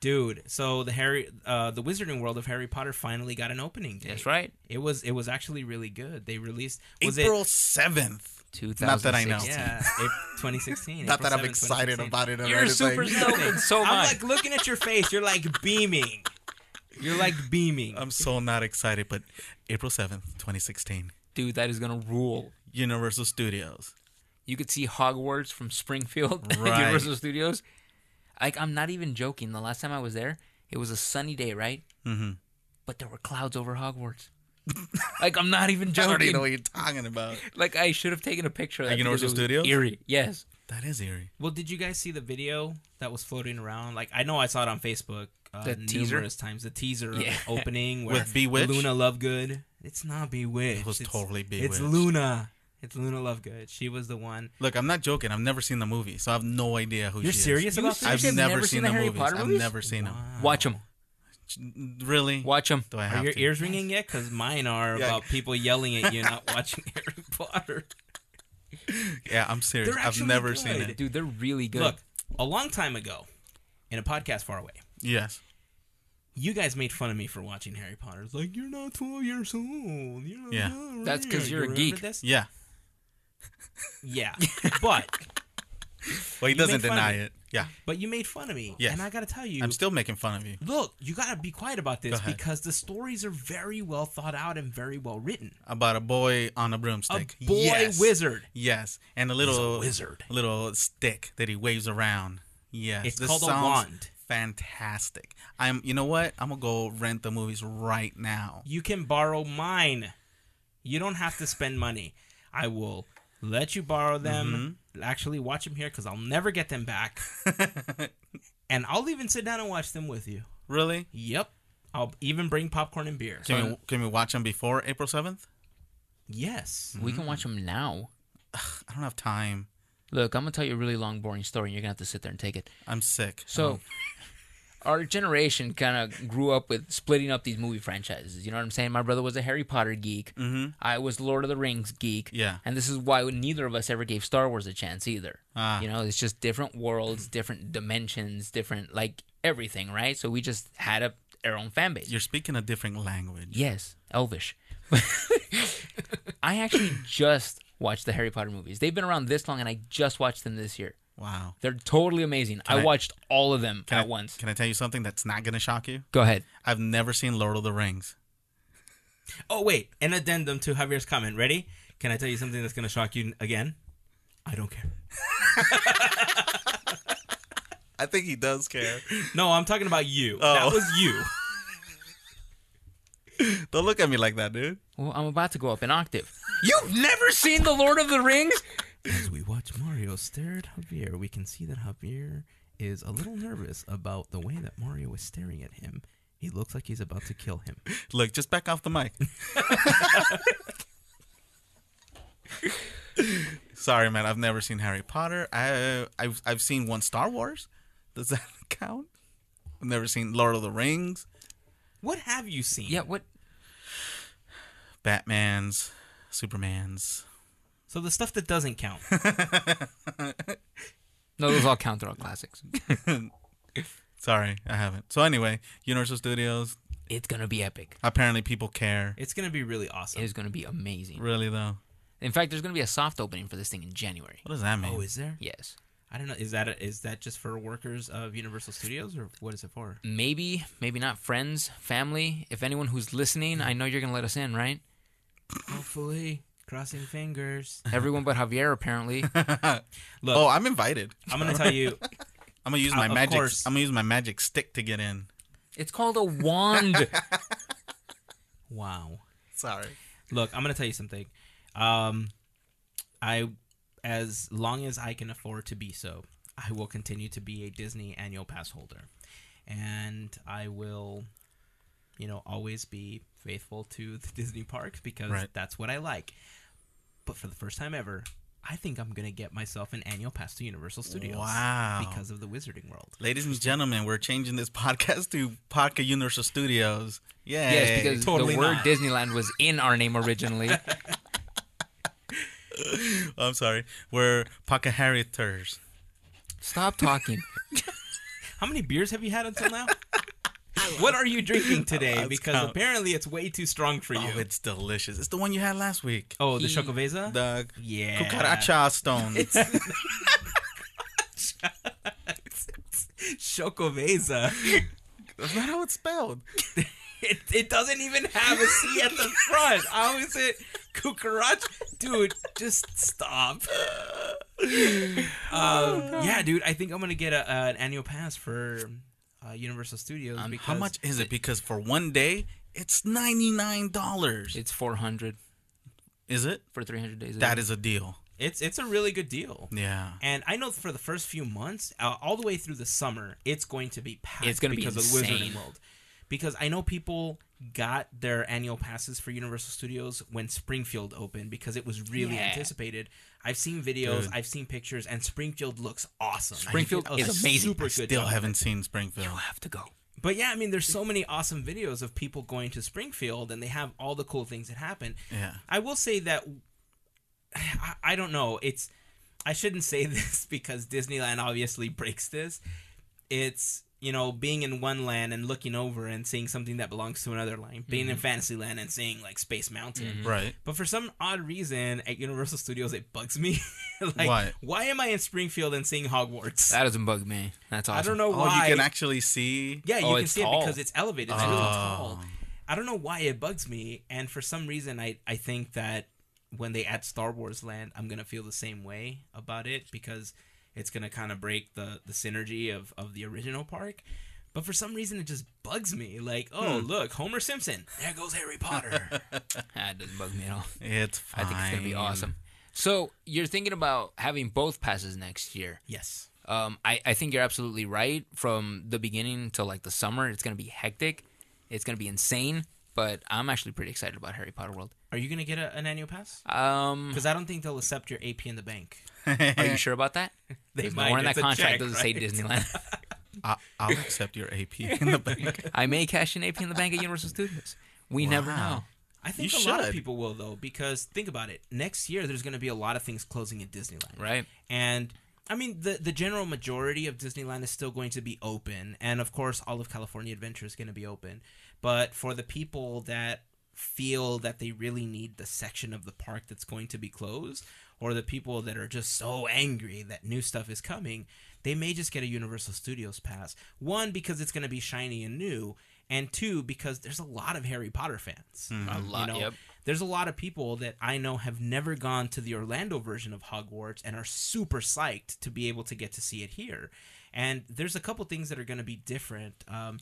A: Dude, so the Harry uh the Wizarding World of Harry Potter finally got an opening date.
B: That's right.
A: It was it was actually really good. They released was it-
C: April seventh.
B: Two thousand.
C: Not that I know.
A: Yeah, April 2016.
C: Not
A: April
C: that I'm
A: 7th,
C: excited
A: 2016.
C: about it. Or
B: You're
C: anything.
B: super stoked. So am
A: I'm
B: I.
A: like looking at your face. You're like beaming. You're like beaming.
C: I'm so not excited, but April seventh, 2016,
B: Dude, that is gonna rule.
C: Universal Studios.
B: You could see Hogwarts from Springfield at
C: Right.
B: Universal Studios. Like I'm not even joking. The last time I was there, it was a sunny day, right?
C: Mm-hmm.
B: But there were clouds over Hogwarts. like I'm not even
C: I don't even know
B: joking.
C: what you're talking about.
B: Like I should have taken a picture of
C: At
B: that because it
C: Universal
B: was
C: Studios?
B: Eerie. Yes.
C: That is eerie.
A: well, did you guys see the video that was floating around? Like, I know I saw it on Facebook uh,
B: The teaser?
A: numerous times. The teaser
B: Yeah.
A: of the opening where
C: With Bewitched?
A: Luna Lovegood. It's not Bewitched.
C: It was
A: it's,
C: totally
A: It's
C: Bewitched.
A: Luna. It's Luna Lovegood. She was the one.
C: Look, I'm not joking. I've never seen the movie, so I have no idea who
A: You're
C: she is.
A: serious
B: You
A: about
B: serious?
C: I've
A: this?
B: You've
C: never, seen
B: the
C: the
B: Harry
C: movies.
B: Potter
C: I've
B: movies?
C: never seen them.
B: Watch them.
C: Really?
B: Watch them.
C: Do I have
A: Are your
C: to?
A: ears ringing yet? Because mine are
C: Yeah.
A: about people yelling at you not watching Harry Potter.
C: Yeah, I'm serious.
A: They're
C: I've
A: actually
C: never seen
A: good.
C: it.
B: Dude, they're really good.
A: Look, a long time ago, in a podcast far away,
C: Yes.
A: you guys made fun of me for watching Harry Potter. It's like you're not 12 years old. You're not
C: Yeah.
A: not
B: That's 'cause
A: right."
B: you're a
A: You
B: geek.
A: remember this?
C: Yeah.
A: Yeah, but
C: Well, he
A: You
C: doesn't
A: make fun of
C: deny
A: me.
C: it. Yeah.
A: but you made fun of me,
C: Yes.
A: and I gotta tell you,
C: I'm still making fun of you.
A: look, you gotta be quiet about
C: Go
A: this
C: ahead.
A: because the stories are very well thought out and very well written.
C: About a boy on a broomstick.
A: A boy
C: yes.
A: wizard.
C: Yes. And a little
A: He's a wizard.
C: Little stick that he waves around. Yes.
A: It's
C: This
A: called a
C: sounds
A: wand.
C: Fantastic. I'm you know what? I'm gonna go rent the movies right now.
A: You can borrow mine. You don't have to spend money. I will let you borrow them.
C: Mm-hmm.
A: Actually, watch them here because I'll never get them back. and I'll even sit down and watch them with you.
C: Really?
A: Yep. I'll even bring popcorn and beer.
C: Can we can we watch them before April seventh?
A: yes.
B: we can watch them now.
C: I don't have time.
B: Look, I'm gonna tell you a really long, boring story, and you're gonna have to sit there and take it.
C: I'm sick.
B: So, our generation kind of grew up with splitting up these movie franchises. You know what I'm saying? My brother was a Harry Potter geek.
C: Mhm.
B: I was Lord of the Rings geek.
C: Yeah.
B: And this is why neither of us ever gave Star Wars a chance either.
C: Ah.
B: You know, it's just different worlds, different dimensions, different like everything, right? So we just had a our own fan base.
C: You're speaking a different language.
B: Yes, Elvish. I actually just watched the Harry Potter movies. They've been around this long, and I just watched them this year.
C: Wow.
B: They're totally amazing. I,
C: I-
B: watched all of them
C: Can
B: at
C: I-
B: once.
C: Can I tell you something that's not gonna shock you?
B: Go ahead.
C: I've never seen Lord of the Rings.
A: Oh, wait. An addendum to Javier's comment. Ready? Can I tell you something that's going to shock you again? I don't care.
C: I think he does care.
A: No, I'm talking about you.
C: Oh.
A: That was you.
C: Don't look at me like that, dude.
B: Well, I'm about to go up an octave. You've never seen The Lord of the Rings?
A: As we watch Mario stare at Javier, we can see that Javier is a little nervous about the way that Mario is staring at him. He looks like he's about to kill him.
C: Look, just back off the mic. Sorry, man. I've never seen Harry Potter. I I've I've seen one Star Wars. Does that count? I've never seen Lord of the Rings,
A: What have you seen?
B: Yeah, what?
C: Batman's, Superman's.
A: So the stuff that doesn't count.
B: No, those all count. They're all classics.
C: Sorry, I haven't. So anyway, Universal Studios.
B: It's going to be epic.
C: Apparently, people care.
A: It's gonna be really
B: It
A: awesome.
B: is going to be amazing.
C: Really though,
B: In fact, there's going to be a soft opening for this thing in January.
C: what does that mean?
A: Oh, is there?
B: Yes.
A: I don't know. Is that a, is that just for workers of Universal Studios, or what is it for?
B: Maybe, maybe not friends, family. If anyone who's listening, I know you're going to let us in, right?
A: Hopefully, crossing fingers.
B: Everyone but Javier, apparently.
A: Look,
C: oh, I'm invited.
A: I'm gonna tell you.
C: I'm gonna use
A: Uh,
C: my
A: of
C: magic.
A: course.
C: I'm gonna use my magic stick to get in.
B: It's called a wand.
A: Wow.
C: Sorry.
A: Look, I'm gonna tell you something. Um, I, as long as I can afford to be so, I will continue to be a Disney annual pass holder, and I will you know, always be faithful to the Disney parks because
C: Right.
A: that's what I like. But for the first time ever, I think I'm gonna get myself an annual pass to Universal Studios.
C: Wow.
A: Because of the Wizarding World.
C: Ladies and gentlemen, we're changing this podcast to Podca Universal Studios. Yeah,
B: Yes, because
C: totally
B: the word
C: not.
B: Disneyland was in our name originally.
C: I'm sorry. We're Podca Harrieters.
B: Stop talking.
A: How many beers have you had until now? what are you drinking today?
C: Let's
A: Because
C: count.
A: apparently it's way too strong for you.
C: Oh, it's delicious. It's the one you had last week.
A: Oh, the
B: He-
A: Chocovesa?
C: The
A: yeah.
C: cucaracha stone.
A: Chocovesa.
C: That's not how it's spelled.
A: It, it doesn't even have a C at the front. How is it cucaracha? Dude, just stop. Um, yeah, dude, I think I'm going to get a, uh, an annual pass for uh, Universal Studios.
B: Um, how
A: because
C: How much is it? Because for one day, it's ninety nine dollars.
B: It's 400
C: Is it?
B: for 300 days.
C: That is a deal.
A: It's, it's a really good deal.
C: Yeah.
A: And I know for the first few months, uh, all the way through the summer, it's going to be packed
B: It's gonna be
A: because of
B: insane.
A: Wizarding World. Because I know people got their annual passes for Universal Studios when Springfield opened because it was really
B: Yeah.
A: anticipated. I've seen videos,
C: Dude.
A: I've seen pictures, and Springfield looks awesome. I
B: Springfield
A: think it was
B: is
A: a
B: amazing.
A: Super
B: I
A: good
C: Still
A: job.
C: haven't seen Springfield.
B: You have to go.
A: But yeah, I mean, there's so many awesome videos of people going to Springfield, and they have all the cool things that happen.
C: Yeah.
A: I will say that I, I don't know. It's I shouldn't say this because Disneyland obviously breaks this. It's you know being in one land and looking over and seeing something that belongs to another land. Being
C: Mm-hmm.
A: in Fantasyland and seeing like Space Mountain.
C: Right.
A: But for some odd reason at Universal Studios, it bugs me. like,
C: Why?
A: why am I in Springfield and seeing Hogwarts?
B: That doesn't bug me. That's awesome.
A: I don't know
C: Oh,
A: why.
C: you can actually see.
A: Yeah, you
B: Oh,
A: can
B: it's
A: see it
B: tall. Ah.
A: because it's elevated. It's really
C: Oh.
A: tall. I don't know why it bugs me, and for some reason, I I think that when they add Star Wars Land, I'm gonna feel the same way about it because it's gonna kind of break the the synergy of of the original park. But for some reason, it just bugs me. Like, oh
B: Hmm.
A: look, Homer Simpson. There goes Harry Potter.
B: That Ah, doesn't bug me at all.
C: It's fine.
B: I think it's gonna be awesome. So you're thinking about having both passes next year.
A: yes.
B: Um, I, I think you're absolutely right. From the beginning to like the summer, it's gonna be hectic. It's gonna be insane. But I'm actually pretty excited about Harry Potter World.
A: Are you gonna get a, an annual pass?
B: Um,
A: Because I don't think they'll accept your AP in the bank.
B: are you sure about that?
A: They
B: There's
A: might.
B: nowhere in that
A: It's a
B: contract
A: check,
B: doesn't say
A: right?
B: Disneyland.
C: I, I'll accept your AP in the bank.
B: I may cash in AP in the bank at Universal Studios. We never know.
C: Wow.
A: I think
C: You
A: a lot of
C: should.
A: people will though, because think about it. Next year, there's going to be a lot of things closing at Disneyland,
B: Right.
A: And I mean, the the general majority of Disneyland is still going to be open, and of course, all of California Adventure is going to be open. But for the people that feel that they really need the section of the park that's going to be closed, or the people that are just so angry that new stuff is coming, they may just get a Universal Studios pass. One because it's going to be shiny and new. And two, because there's a lot of Harry Potter fans.
C: Mm-hmm.
B: A
A: Um, you
B: lot,
A: know,
B: yep.
A: there's a lot of people that I know have never gone to the Orlando version of Hogwarts and are super psyched to be able to get to see it here. And there's a couple things that are going to be different. Um,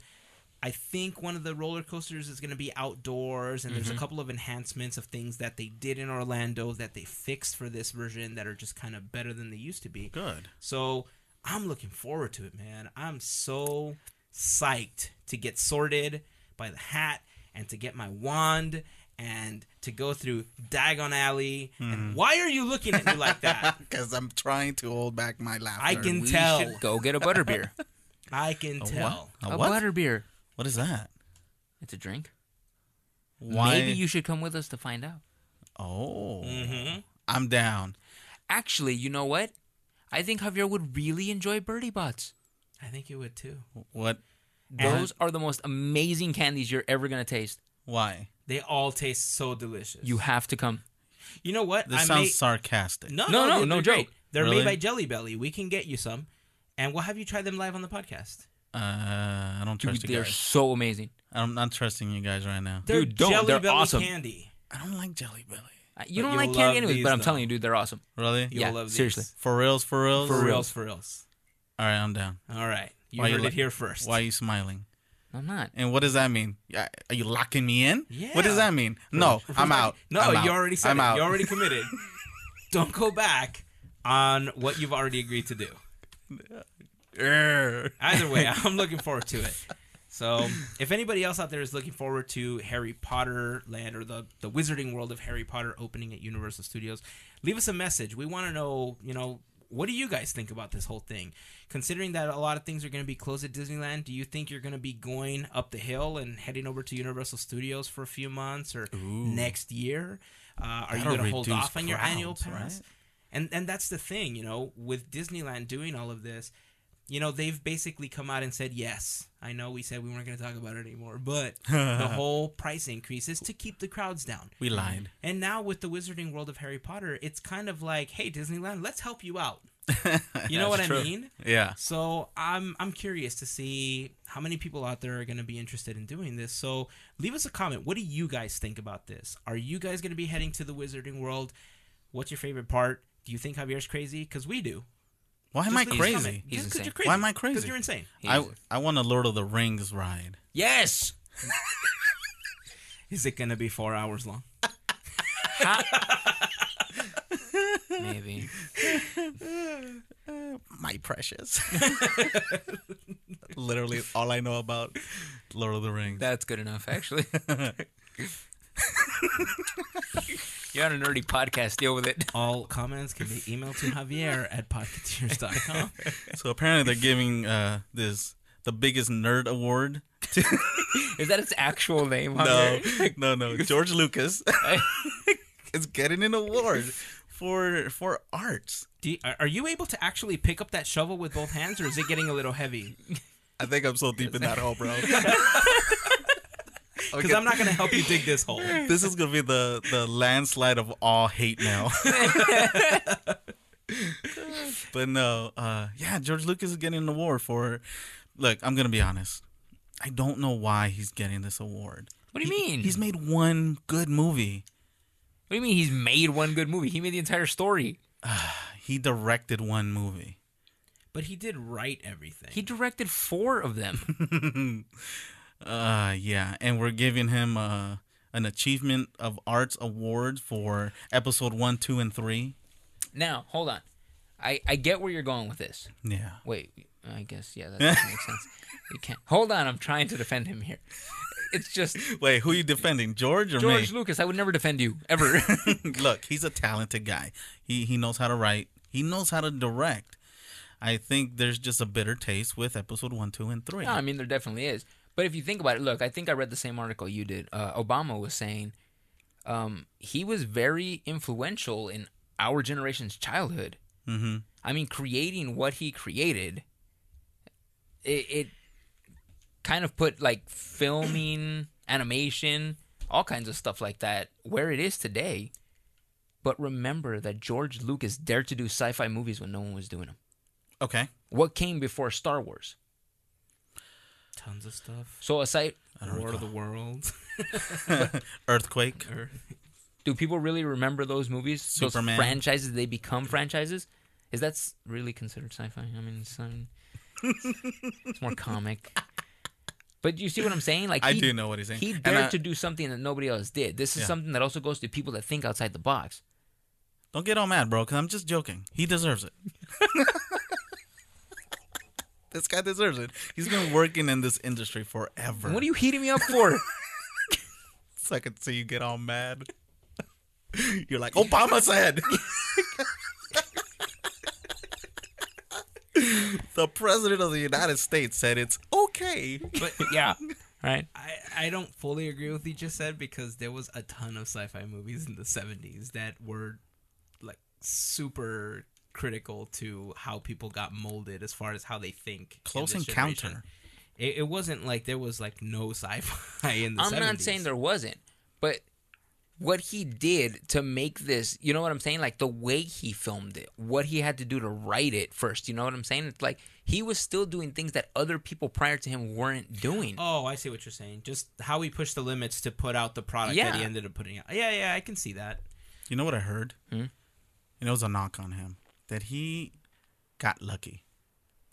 A: I think one of the roller coasters is going to be outdoors, and there's a couple of enhancements of things that they did in Orlando that they fixed for this version that are just kind of better than they used to be.
C: Good.
A: So I'm looking forward to it, man. I'm so psyched to get sorted by the hat and to get my wand and to go through Dagon Alley.
B: Hmm.
A: And why are you looking at me like that?
C: Because I'm trying to hold back my laughter.
A: I can
B: We
A: tell.
B: should go get a butterbeer.
A: I can
C: A
A: tell.
C: what?
B: a
C: A what?
B: butterbeer.
C: What is that?
B: It's a drink.
C: Why?
B: Maybe you should come with us to find out.
C: Oh.
A: Mhm.
C: I'm down.
B: Actually, you know what? I think Javier would really enjoy Birdie Bots.
A: I think you would too.
C: What?
A: And-
B: Those are the most amazing candies you're ever gonna taste.
C: Why?
A: They all taste so delicious.
B: You have to come.
A: you know what?
C: This
A: I
C: sounds
A: may-
C: sarcastic.
A: no,
B: No,
A: no,
B: no,
A: they're-
B: no
A: they're great.
B: joke.
A: They're
C: Really?
A: made by Jelly Belly. We can get you some, and we'll have you try them live on the podcast.
C: Uh, I don't
B: Dude,
C: trust you
B: they're
C: guys.
B: so amazing.
C: I'm not trusting you guys right now.
A: They're
B: Dude, don't.
A: Jelly
B: They're
A: Belly
B: awesome.
A: candy.
C: I don't like Jelly Belly.
B: Uh, You
A: But
B: don't
A: you'll
B: like
A: love
B: candy anyways,
A: these,
B: but I'm
A: though.
B: telling you, dude, they're awesome.
C: Really?
A: You'll
B: Yeah,
A: love these.
B: seriously.
C: For reals? For reals?
A: For reals, for reals.
C: All right, I'm down.
A: All right. You
C: Why you
A: heard
C: li-
A: it here first.
C: Why are you smiling?
B: I'm not.
C: And what does that mean? Yeah, Are you locking me in? What
A: Yeah.
C: does that mean? No, oh, I'm out.
A: No,
C: I'm out.
A: you already said
C: I'm
A: it.
C: out.
A: You already committed. Don't go back on what you've already agreed to do.
C: Err.
A: Either way, I'm looking forward to it. So, if anybody else out there is looking forward to Harry Potter Land or the the Wizarding World of Harry Potter opening at Universal Studios, leave us a message. We want to know, you know, what do you guys think about this whole thing? Considering that a lot of things are going to be closed at Disneyland, do you think you're going to be going up the hill and heading over to Universal Studios for a few months or next year? Uh, are you
C: That'll
A: going to hold
C: reduce
A: off on your annual
C: crowds,
A: pass?
C: right?
A: And and that's the thing, you know, with Disneyland doing all of this, you know, they've basically come out and said, "Yes, I know we said we weren't going to talk about it anymore, but the whole price increase is to keep the crowds down."
C: We lied.
A: And now with the Wizarding World of Harry Potter, it's kind of like, "Hey Disneyland, let's help you out." You know what
B: That's
A: I
B: true.
A: mean?
C: Yeah.
A: So I'm I'm curious to see how many people out there are going to be interested in doing this. So leave us a comment. What do you guys think about this? Are you guys going to be heading to the Wizarding World? What's your favorite part? Do you think Javier's crazy? Because we do.
C: Why am I
A: Just leave us a
C: crazy?
A: comment.
B: He's
A: Just 'cause
B: insane.
A: you're crazy.
C: Why am I
A: Because
C: crazy?
A: you're insane.
C: I I want a Lord of the Rings ride.
B: yes.
A: Is it going to be four hours long?
B: Maybe.
C: My precious. Literally all I know about Lord of the Rings.
B: That's good enough, actually. You're on a nerdy podcast. Deal with it.
A: All comments can be emailed to Javier at podcasters.com.
C: So apparently they're giving uh, this the biggest nerd award.
B: Is that its actual name?
C: No,
B: Javier?
C: no, no. George Lucas is getting an award for for arts.
A: Do you, are- are you able to actually pick up that shovel with both hands, or is it getting a little heavy?
C: I think I'm so deep in that hole, bro.
A: Because I'm not going to help you dig this hole.
C: This is gonna be the the landslide of all hate mail. but no, uh, yeah, George Lucas is getting an award for. Look, I'm gonna be honest. I don't know why he's getting this award.
B: What do you mean?
A: Mm-hmm.
C: He's made one good movie.
B: what do you mean? He's made one good movie. He made the entire story.
C: He directed one movie.
A: But he did write everything.
B: He directed four of them.
C: Uh, yeah, and we're giving him uh, an achievement of arts award for episode one, two, and three.
B: now, hold on. I I get where you're going with this.
C: Yeah,
B: Wait, I guess yeah, that doesn't make sense. You can't. Hold on, I'm trying to defend him here. It's just
C: wait, who you defending, George or me?
B: George Lucas. I would never defend you ever.
C: Look, he's a talented guy. He he knows how to write. He knows how to direct. I think there's just a bitter taste with episode one, two, and three.
B: No, I mean there definitely is. But if you think about it, look, I think I read the same article you did. Uh, Obama was saying um, he was very influential in our generation's childhood.
C: Mhm.
B: I mean, creating what he created, it, it kind of put like filming, animation, all kinds of stuff like that where it is today. But remember that George Lucas dared to do sci-fi movies when no one was doing them.
C: Okay,
B: What came before Star Wars?
A: Tons of stuff.
B: So aside,
A: War of the Worlds.
C: earthquake.
A: or-
B: do people really remember those movies?
C: Superman.
B: Those franchises, they become franchises? Is that s- really considered sci fi? I mean, it's, um, it's more comic. But you see what I'm saying? Like
C: I
B: he-
C: do know what he's saying.
B: He
C: And
B: dared
C: I-
B: to do something that nobody else did. This is
C: Yeah.
B: something that also goes to people that think outside the box.
C: Don't get all mad, bro, because I'm just joking. He deserves it. this guy deserves it. He's been working in this industry forever.
B: What are you heating me up for?
C: So I could see you get all mad. You're like, Obama said. the president of the United States said it's okay.
B: but yeah, right.
A: I, I don't fully agree with what you just said because there was a ton of sci-fi movies in the 70s that were like super critical to how people got molded as far as how they think. in
C: Close
A: this
C: Encounter.
A: generation. It, it wasn't like there was like no sci-fi in the
B: I'm
A: 70s.
B: not saying there wasn't, but what he did to make this, you know what I'm saying? Like the way he filmed it, what he had to do to write it first, you know what I'm saying? It's like he was still doing things that other people prior to him weren't doing.
A: Oh, I see what you're saying. Just how he pushed the limits to put out the product that he
B: Yeah.
A: ended up putting out. Yeah, yeah, I can see that.
C: You know what I heard?
B: Hmm?
C: And it was a knock on him that he got lucky.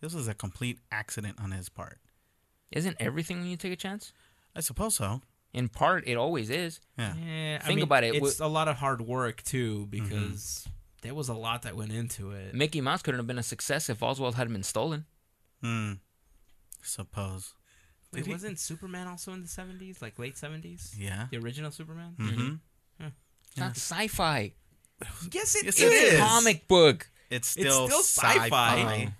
C: This was a complete accident on his part.
B: Isn't everything when you take a chance?
C: I suppose so.
B: In part, it always is.
C: Yeah. Mm-hmm.
A: Yeah, Eh, I
B: Think
A: mean,
B: about it,
A: It's a lot of hard work too because there was a lot that went into it.
B: Mickey Mouse couldn't have been a success if Oswald hadn't been stolen.
C: Hmm. Suppose.
A: Wait,
C: he-
A: wasn't Superman also in the 70s? Like late 70s?
C: Yeah.
A: The original Superman?
C: Mm-hmm.
B: It's not sci-fi.
A: Yes, it is.
C: Yes, it
B: It's
C: is.
B: a comic book.
C: It's still, sci-fi.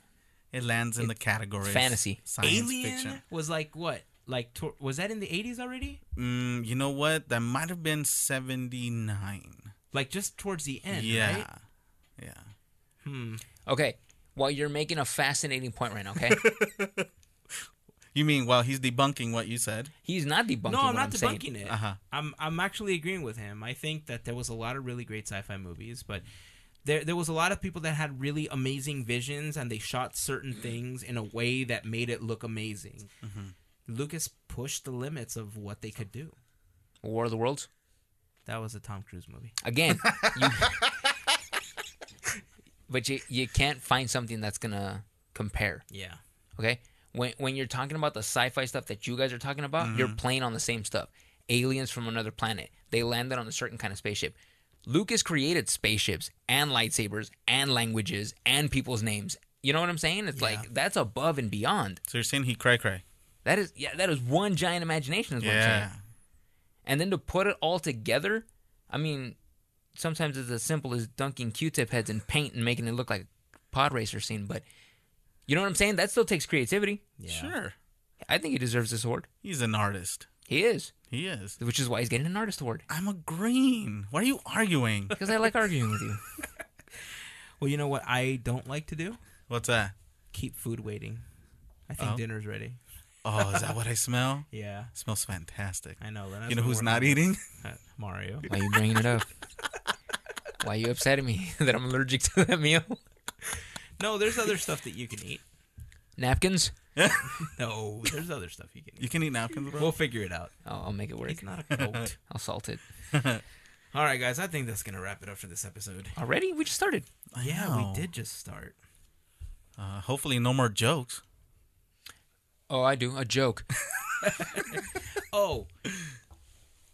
C: It lands in the category
B: fantasy.
C: science
A: Alien
C: fiction.
A: was like what? Like tor- was that in the 80s already?
C: Mm, you know what? That might have been seventy nine.
A: Like just towards the end,
C: Yeah,
A: right?
C: yeah.
A: Hmm.
B: Okay, well, you're making a fascinating point right now. Okay,
C: You mean while he's debunking what you said?
B: he's not debunking.
A: No, I'm
B: what
A: not
B: I'm saying.
A: debunking it.
C: Uh huh.
A: I'm I'm actually agreeing with him. I think that there was a lot of really great sci-fi movies, but there there was a lot of people that had really amazing visions and they shot certain things in a way that made it look amazing.
C: Mm-hmm.
A: Lucas pushed the limits of what they could do.
B: War of the Worlds
A: That was a Tom Cruise movie.
B: again. you, but you you can't find something that's gonna compare.
A: Yeah.
B: Okay, when when you're talking about the sci-fi stuff that you guys are talking about, you're playing on the same stuff. Aliens from another planet. They landed on a certain kind of spaceship. Lucas created spaceships and lightsabers and languages and people's names. You know what I'm saying? It's like that's above and beyond.
C: So you're saying he cray cray?
B: That is yeah, that is one giant imagination is what I'm saying.
C: Yeah.
B: And then to put it all together, I mean, sometimes it's as simple as dunking Q-tip heads in paint and making it look like a pod racer scene, but you know what I'm saying? That still takes creativity.
A: Yeah.
C: Sure.
B: I think he deserves this award.
C: He's an artist.
B: He is,
C: He is.
B: which is why he's getting an artist award
C: I'm agreeing. Why are you arguing?
B: because I like arguing with you.
A: Well, you know what I don't like to do?
C: What's that?
A: Keep food waiting. I think
C: Oh.
A: dinner's ready.
C: Oh, is that what I smell?
A: Yeah.
C: smells fantastic.
A: I know.
C: you know who's not eating?
A: Mario.
B: Why you bringing it up? Why you upset at me that I'm allergic to that meal?
A: No, there's other stuff that you can eat.
B: Napkins?
A: No, there's other stuff you can eat.
C: You can eat napkins, bro.
A: We'll figure it out.
B: Oh, I'll make it work.
A: He's not a goat.
B: I'll salt it.
A: All right, guys, I think that's gonna wrap it up for this episode.
B: Already? We just started.
C: I
A: Yeah,
C: know.
A: we did just start.
C: Uh, hopefully, no more jokes.
B: Oh, I do. A joke.
A: Oh,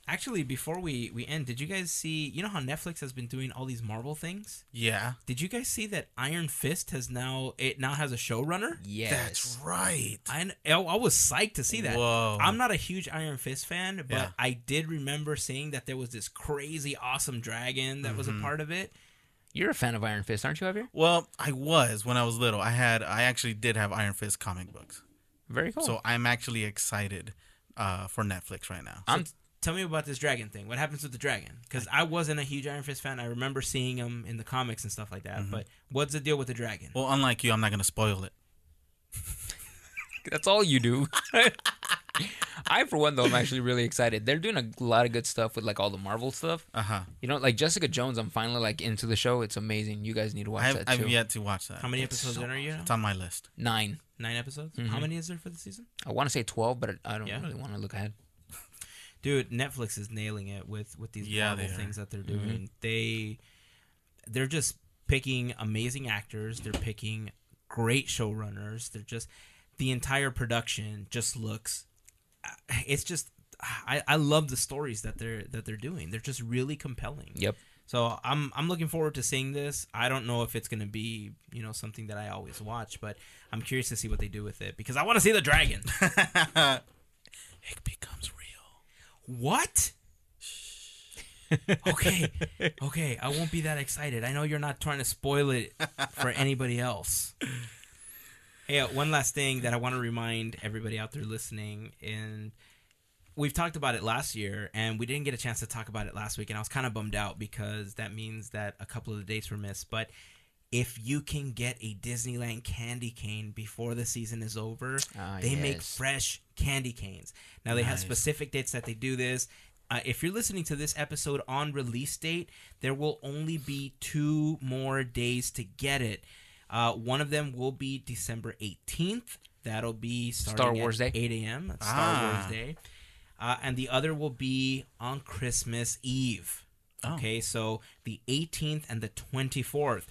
A: actually, before we we end, did you guys see? You know how Netflix has been doing all these Marvel things.
C: Yeah.
A: Did you guys see that Iron Fist has now it now has a showrunner?
B: Yes.
C: That's right.
A: I, I was psyched to see that.
C: Whoa.
A: I'm not a huge Iron Fist fan, but
C: Yeah.
A: I did remember seeing that there was this crazy awesome dragon that was
C: Mm-hmm.
A: a part of it.
B: You're a fan of Iron Fist, aren't you, Javier?
C: Well, I was when I was little. I had, I actually did have Iron Fist comic books.
B: Very cool.
C: So I'm actually excited uh, for Netflix right now.
B: I'm
A: Tell me about this dragon thing. What happens with the dragon? Because I wasn't a huge Iron Fist fan. I remember seeing him in the comics and stuff like that. But what's the deal with the dragon?
C: Mm-hmm. Well, unlike you, I'm not gonna spoil it.
B: That's all you do. I, for one, though, I'm actually really excited. They're doing a lot of good stuff with like all the Marvel stuff.
C: Uh huh.
B: You know, like Jessica Jones. I'm finally like into the show. It's amazing. You guys need to watch
C: I have,
B: that too.
C: I've yet to watch that.
A: How many episodes in are you? now?
C: It's Mm-hmm. on my list.
B: Nine.
A: Nine episodes. How many is there for the season?
B: I want to say twelve, but I don't
A: Yeah.
B: really want to look ahead.
A: Dude, Netflix is nailing it with with these
C: Yeah,
A: Marvel
C: they are. Mm-hmm.
A: things that they're doing. They they're just picking amazing actors. They're picking great showrunners. They're just the entire production just looks. uh, It's just I, I love the stories that they're that they're doing. They're just really compelling.
B: Yep.
A: So I'm I'm looking forward to seeing this. I don't know if it's gonna be you know something that I always watch, but I'm curious to see what they do with it because I want to see the dragon.
C: It becomes real.
A: what? okay, okay. I won't be that excited. I know you're not trying to spoil it for anybody else. Hey, uh, one last thing that I want to remind everybody out there listening, and we've talked about it last year, and we didn't get a chance to talk about it last week, and I was kind of bummed out because that means that a couple of the dates were missed. But if you can get a Disneyland candy cane before the season is over,
B: Ah,
A: they make
B: yes.
A: fresh candy canes. Now they have specific dates that they do this. Uh, if you're listening to this episode on release date, there will only be two more days to get it. Uh, one of them will be December 18th. That'll be starting
B: Star Wars
A: at
B: Day.
A: 8 a.m. That's Star
C: Ah.
A: Wars Day. Uh, and the other will be on Christmas Eve.
C: Oh.
A: Okay, so the 18th and the 24th.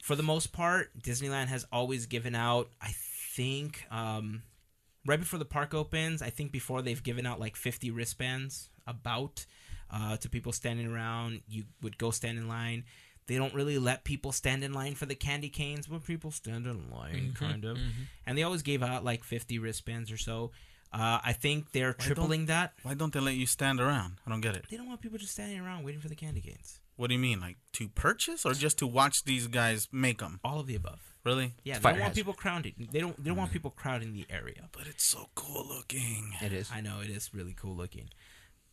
A: For the most part, Disneyland has always given out, I think, um, right before the park opens, I think before they've given out like 50 wristbands about uh, to people standing around. You would go stand in line. They don't really let people stand in line for the candy
C: Mm-hmm,
A: canes, but people stand in line, kind of. And they always gave out like 50 wristbands or so. Uh, I think they're
C: don't-
A: tripling that.
C: Why don't they let you stand around? I don't get it.
A: They don't want people just standing around waiting for the candy canes.
C: What do you mean, like to purchase or just to watch these guys make them?
A: All of the above.
C: Really?
A: Yeah,
B: It's
A: they
B: fire
A: don't want
B: hazard.
A: people crowding. They don't. They don't want people crowding the area.
C: But it's so cool looking.
B: It is.
A: I know it is really cool looking.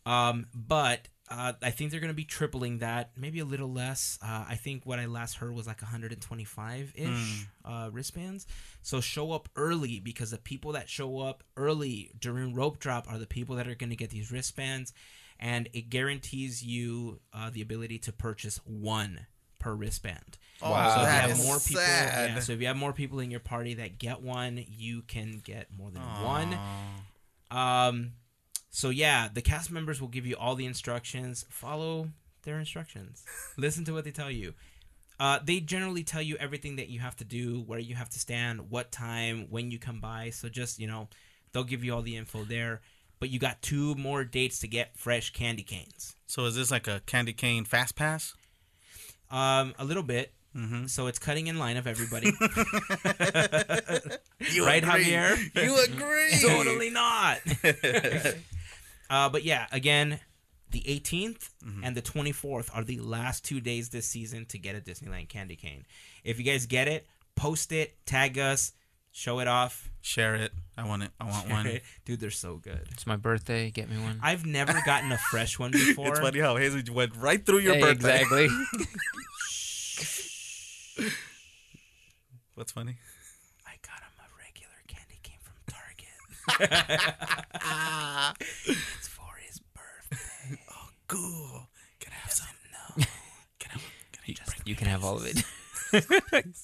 A: Um, but uh, I think they're going to be tripling that, maybe a little less. Uh, I think what I last heard was like 125 ish uh, wristbands. So show up early because the people that show up early during rope drop are the people that are going to get these wristbands, and it guarantees you uh, the ability to purchase one per wristband.
C: Oh,
A: So
B: Wow.
A: if you
B: that
A: have
B: is
A: more people, yeah, so if you have more people in your party that get one, you can get more than one. Um, so yeah, the cast members will give you all the instructions. Follow their instructions. Listen to what they tell you. Uh, they generally tell you everything that you have to do, where you have to stand, what time, when you come by. So just you know, they'll give you all the info there. But you got two more dates to get fresh candy canes.
C: So is this like a candy cane fast pass?
A: Um, a little bit.
B: Mm-hmm.
A: So it's cutting in line of everybody.
C: You
A: Right, agree. Javier?
C: You agree?
A: totally not. uh, but yeah, again, the 18th
C: Mm-hmm.
A: and the 24th are the last two days this season to get a Disneyland candy cane. If you guys get it, post it, tag us, show it off.
C: Share it. I want it. I want one.
A: Dude, they're so good.
B: It's my birthday. Get me one.
A: I've never gotten a fresh one before.
C: It's funny how Hazel went right through your
B: Hey,
C: birthday.
B: Exactly.
C: What's funny?
A: I got him a regular candy cane from Target. it's for his birthday.
C: Cool. Can I have some?
A: No.
B: You- you can have all of it.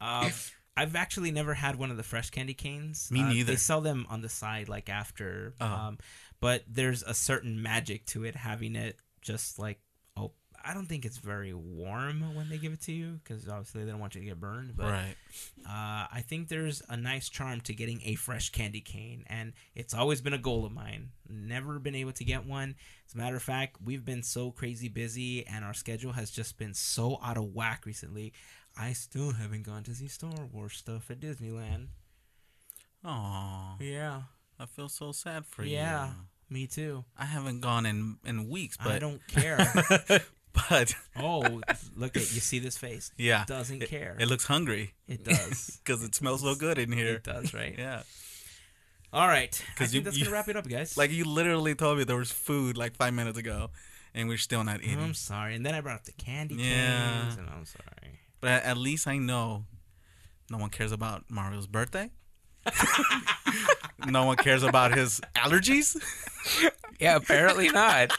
A: Um, I've actually never had one of the fresh candy canes.
C: Me
A: Uh,
C: neither.
A: They sell them on the side, like after.
C: Oh.
A: Um, but there's a certain magic to it, having it just like oh, I don't think it's very warm when they give it to you because obviously they don't want you to get burned. But
C: Right.
A: uh, I think there's a nice charm to getting a fresh candy cane, and it's always been a goal of mine. Never been able to get one. As a matter of fact, we've been so crazy busy, and our schedule has just been so out of whack recently. I still haven't gone to see Star Wars stuff at Disneyland.
C: Oh,
A: Yeah,
C: I feel so sad for you.
A: Yeah. me too.
C: I haven't gone in in weeks, but
A: I don't care.
C: but
A: oh, look at you see this face.
C: yeah,
A: Doesn't
C: It-
A: care.
C: It, looks hungry
A: It does.
C: because it smells so good in here.
A: It does, right?
C: Yeah,
A: All right. I
C: 'Cause
A: think
C: you-
A: that's
C: you-
A: gonna wrap it up, guys.
C: like you literally told me there was food like five minutes ago, and we're still not eating.
A: I'm sorry. And then I brought up the candy
C: Yeah.
A: canes, and I'm sorry.
C: But at- at least I know no one cares about Mario's birthday. no one cares about his allergies.
B: yeah, apparently not.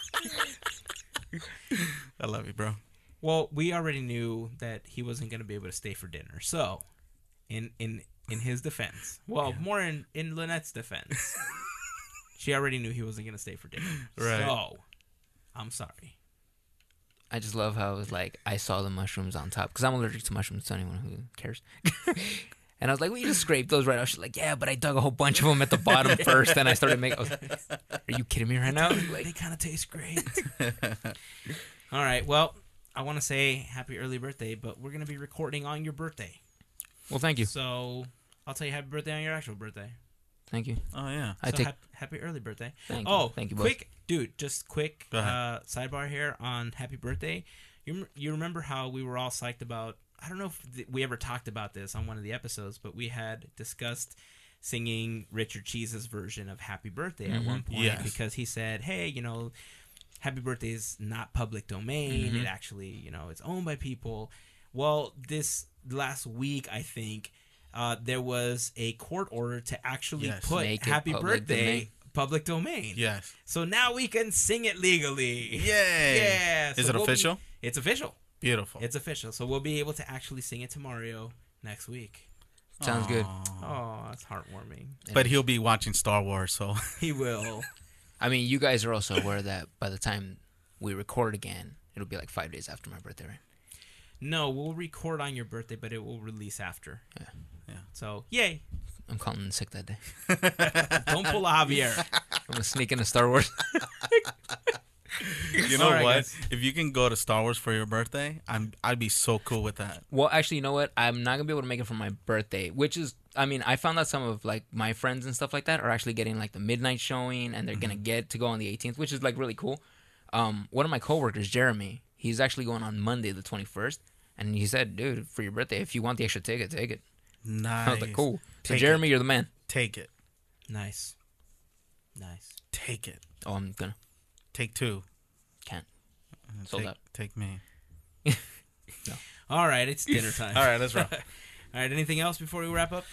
C: I love you, bro.
A: Well, we already knew that he wasn't going to be able to stay for dinner. So, in in in his defense, well, more in in Lynette's defense, she already knew he wasn't going to stay for dinner.
C: Right.
A: So, I'm sorry.
B: I just love how it was like I saw the mushrooms on top because I'm allergic to mushrooms. So anyone who cares. and I was like, "Well, you just scraped those right off." She's like, "Yeah, but I dug a whole bunch of them at the bottom first, and I started making." I was like, Are you kidding me right now?
A: They
B: Like,
A: kind of taste great. All right. Well, I want to say happy early birthday, but we're going to be recording on your birthday.
B: well, thank you,
A: So, I'll tell you happy birthday on your actual birthday.
B: thank you.
C: Oh yeah.
B: I
A: so
B: take.
A: hap- happy early birthday.
B: Thank you.
A: oh,
B: Thank you both.
A: quick, dude. Just quick
C: Go ahead.
A: uh, sidebar here on happy birthday. You rem- you remember how we were all psyched about? I don't know if th- we ever talked about this on one of the episodes, but we had discussed singing Richard Cheese's version of Happy Birthday at
B: Mm-hmm.
A: one point
C: Yes.
A: because he said, "Hey, you know, Happy Birthday is not public domain.
B: Mm-hmm.
A: It actually, you know, it's owned by people." Well, this last week, I think. Uh, there was a court order to actually
C: Yes.
A: put
B: Make it
A: "Happy
B: public
A: Birthday"
B: domain.
A: public domain.
C: Yes.
A: So now we can sing it legally.
C: Yay.
A: Yeah.
C: Is
A: so
C: it
A: we'll be-
C: official?
A: it's official.
C: Beautiful.
A: It's official. So we'll be able to actually sing it to Mario next week.
B: Sounds good.
C: Aw.
A: Oh, that's heartwarming.
C: But he'll be watching Star Wars, so
A: He will.
B: I mean, you guys are also aware that by the time we record again, it'll be like five days after my birthday, right?
A: No, we'll record on your birthday, but it will release after.
B: Yeah.
C: Yeah.
A: So yay!
B: I'm calling in sick that day.
A: Don't pull a Javier.
B: I'm gonna sneak into Star Wars.
C: you know
A: All right,
C: what?
A: guys.
C: If you can go to Star Wars for your birthday, I'm I'd be so cool with that.
B: Well, actually, you know what? I'm not gonna be able to make it for my birthday, which is I mean, I found out some of like my friends and stuff like that are actually getting like the midnight showing, and they're gonna
C: Mm-hmm.
B: get to go on the 18th, which is like really cool. Um, one of my coworkers, Jeremy, he's actually going on Monday the 21st, and he said, "Dude, for your birthday, if you want the extra ticket, take it."
C: Nice.
B: I was like, "Cool." So,
C: Take it.
B: Jeremy, you're the man.
C: Take it.
A: Nice. Nice.
C: Take it.
B: Oh, I'm gonna
C: Take two.
B: can't.
C: Uh,
B: Sold
C: take,
B: out.
C: Take me.
A: All right, it's dinner time.
C: All right, let's wrap.
A: All right, anything else before we wrap up?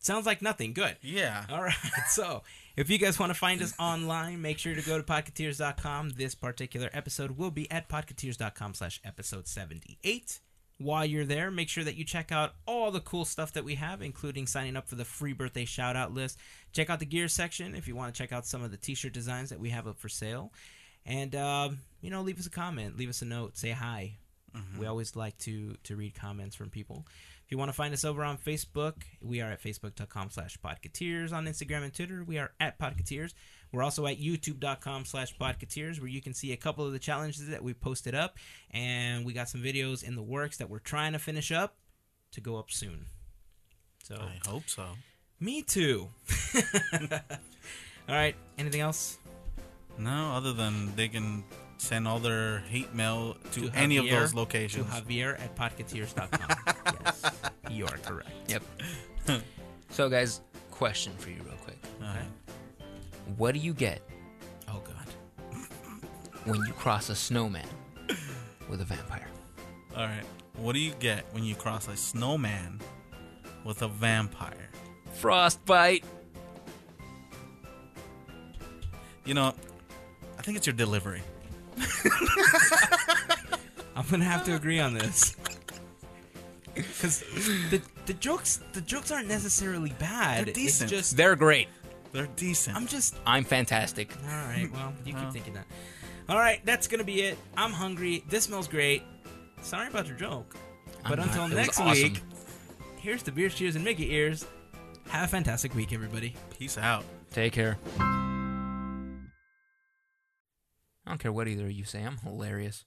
A: Sounds like nothing. Good.
C: yeah.
A: All right. So, if you guys want to find us online, make sure to go to podcateers.com. This particular episode will be at podcateers.com slash episode 78. While you're there, make sure that you check out all the cool stuff that we have, including signing up for the free birthday shout out list. Check out the gear section if you want to check out some of the t shirt designs that we have up for sale. And, um, you know, leave us a comment, leave us a note, say hi. We always like to to read comments from people. If you want to find us over on Facebook, we are at facebook.com slash podcateers. On Instagram and Twitter, we are at podcateers. We're also at youtube.com slash podcateers, where you can see a couple of the challenges that we posted up. And we got some videos in the works that we're trying to finish up to go up soon. So,
C: I hope so.
A: me too. All right. Anything else?
C: No, other than they can send all their hate mail to,
A: To
C: any of
A: Javier,
C: those
A: To
C: locations.
A: Javier at podcateers.com. yes, you are correct.
B: Yep. so, guys, question for you, real quick.
C: Uh,
B: What do you get
A: Oh, God.
B: when you cross a snowman with a vampire?
C: all right. What do you get when you cross a snowman with a vampire?
B: Frostbite.
C: You know, I think it's your delivery.
A: I'm gonna have to agree on this. Because the, the jokes the jokes aren't necessarily bad.
C: They're decent.
A: It's just
B: They're great.
C: They're decent.
A: I'm just
B: I'm fantastic.
A: all right. Well, you keep
B: Uh-huh.
C: Well.
A: thinking that. All right, that's gonna be it. I'm hungry. This smells great. Sorry about your joke, but
B: I'm not.
A: until
B: It was
A: next
B: awesome.
A: week, here's the beer cheers and Mickey ears. Have a fantastic week, everybody.
C: Peace out.
B: Take care. I don't care what either of you say. I'm hilarious.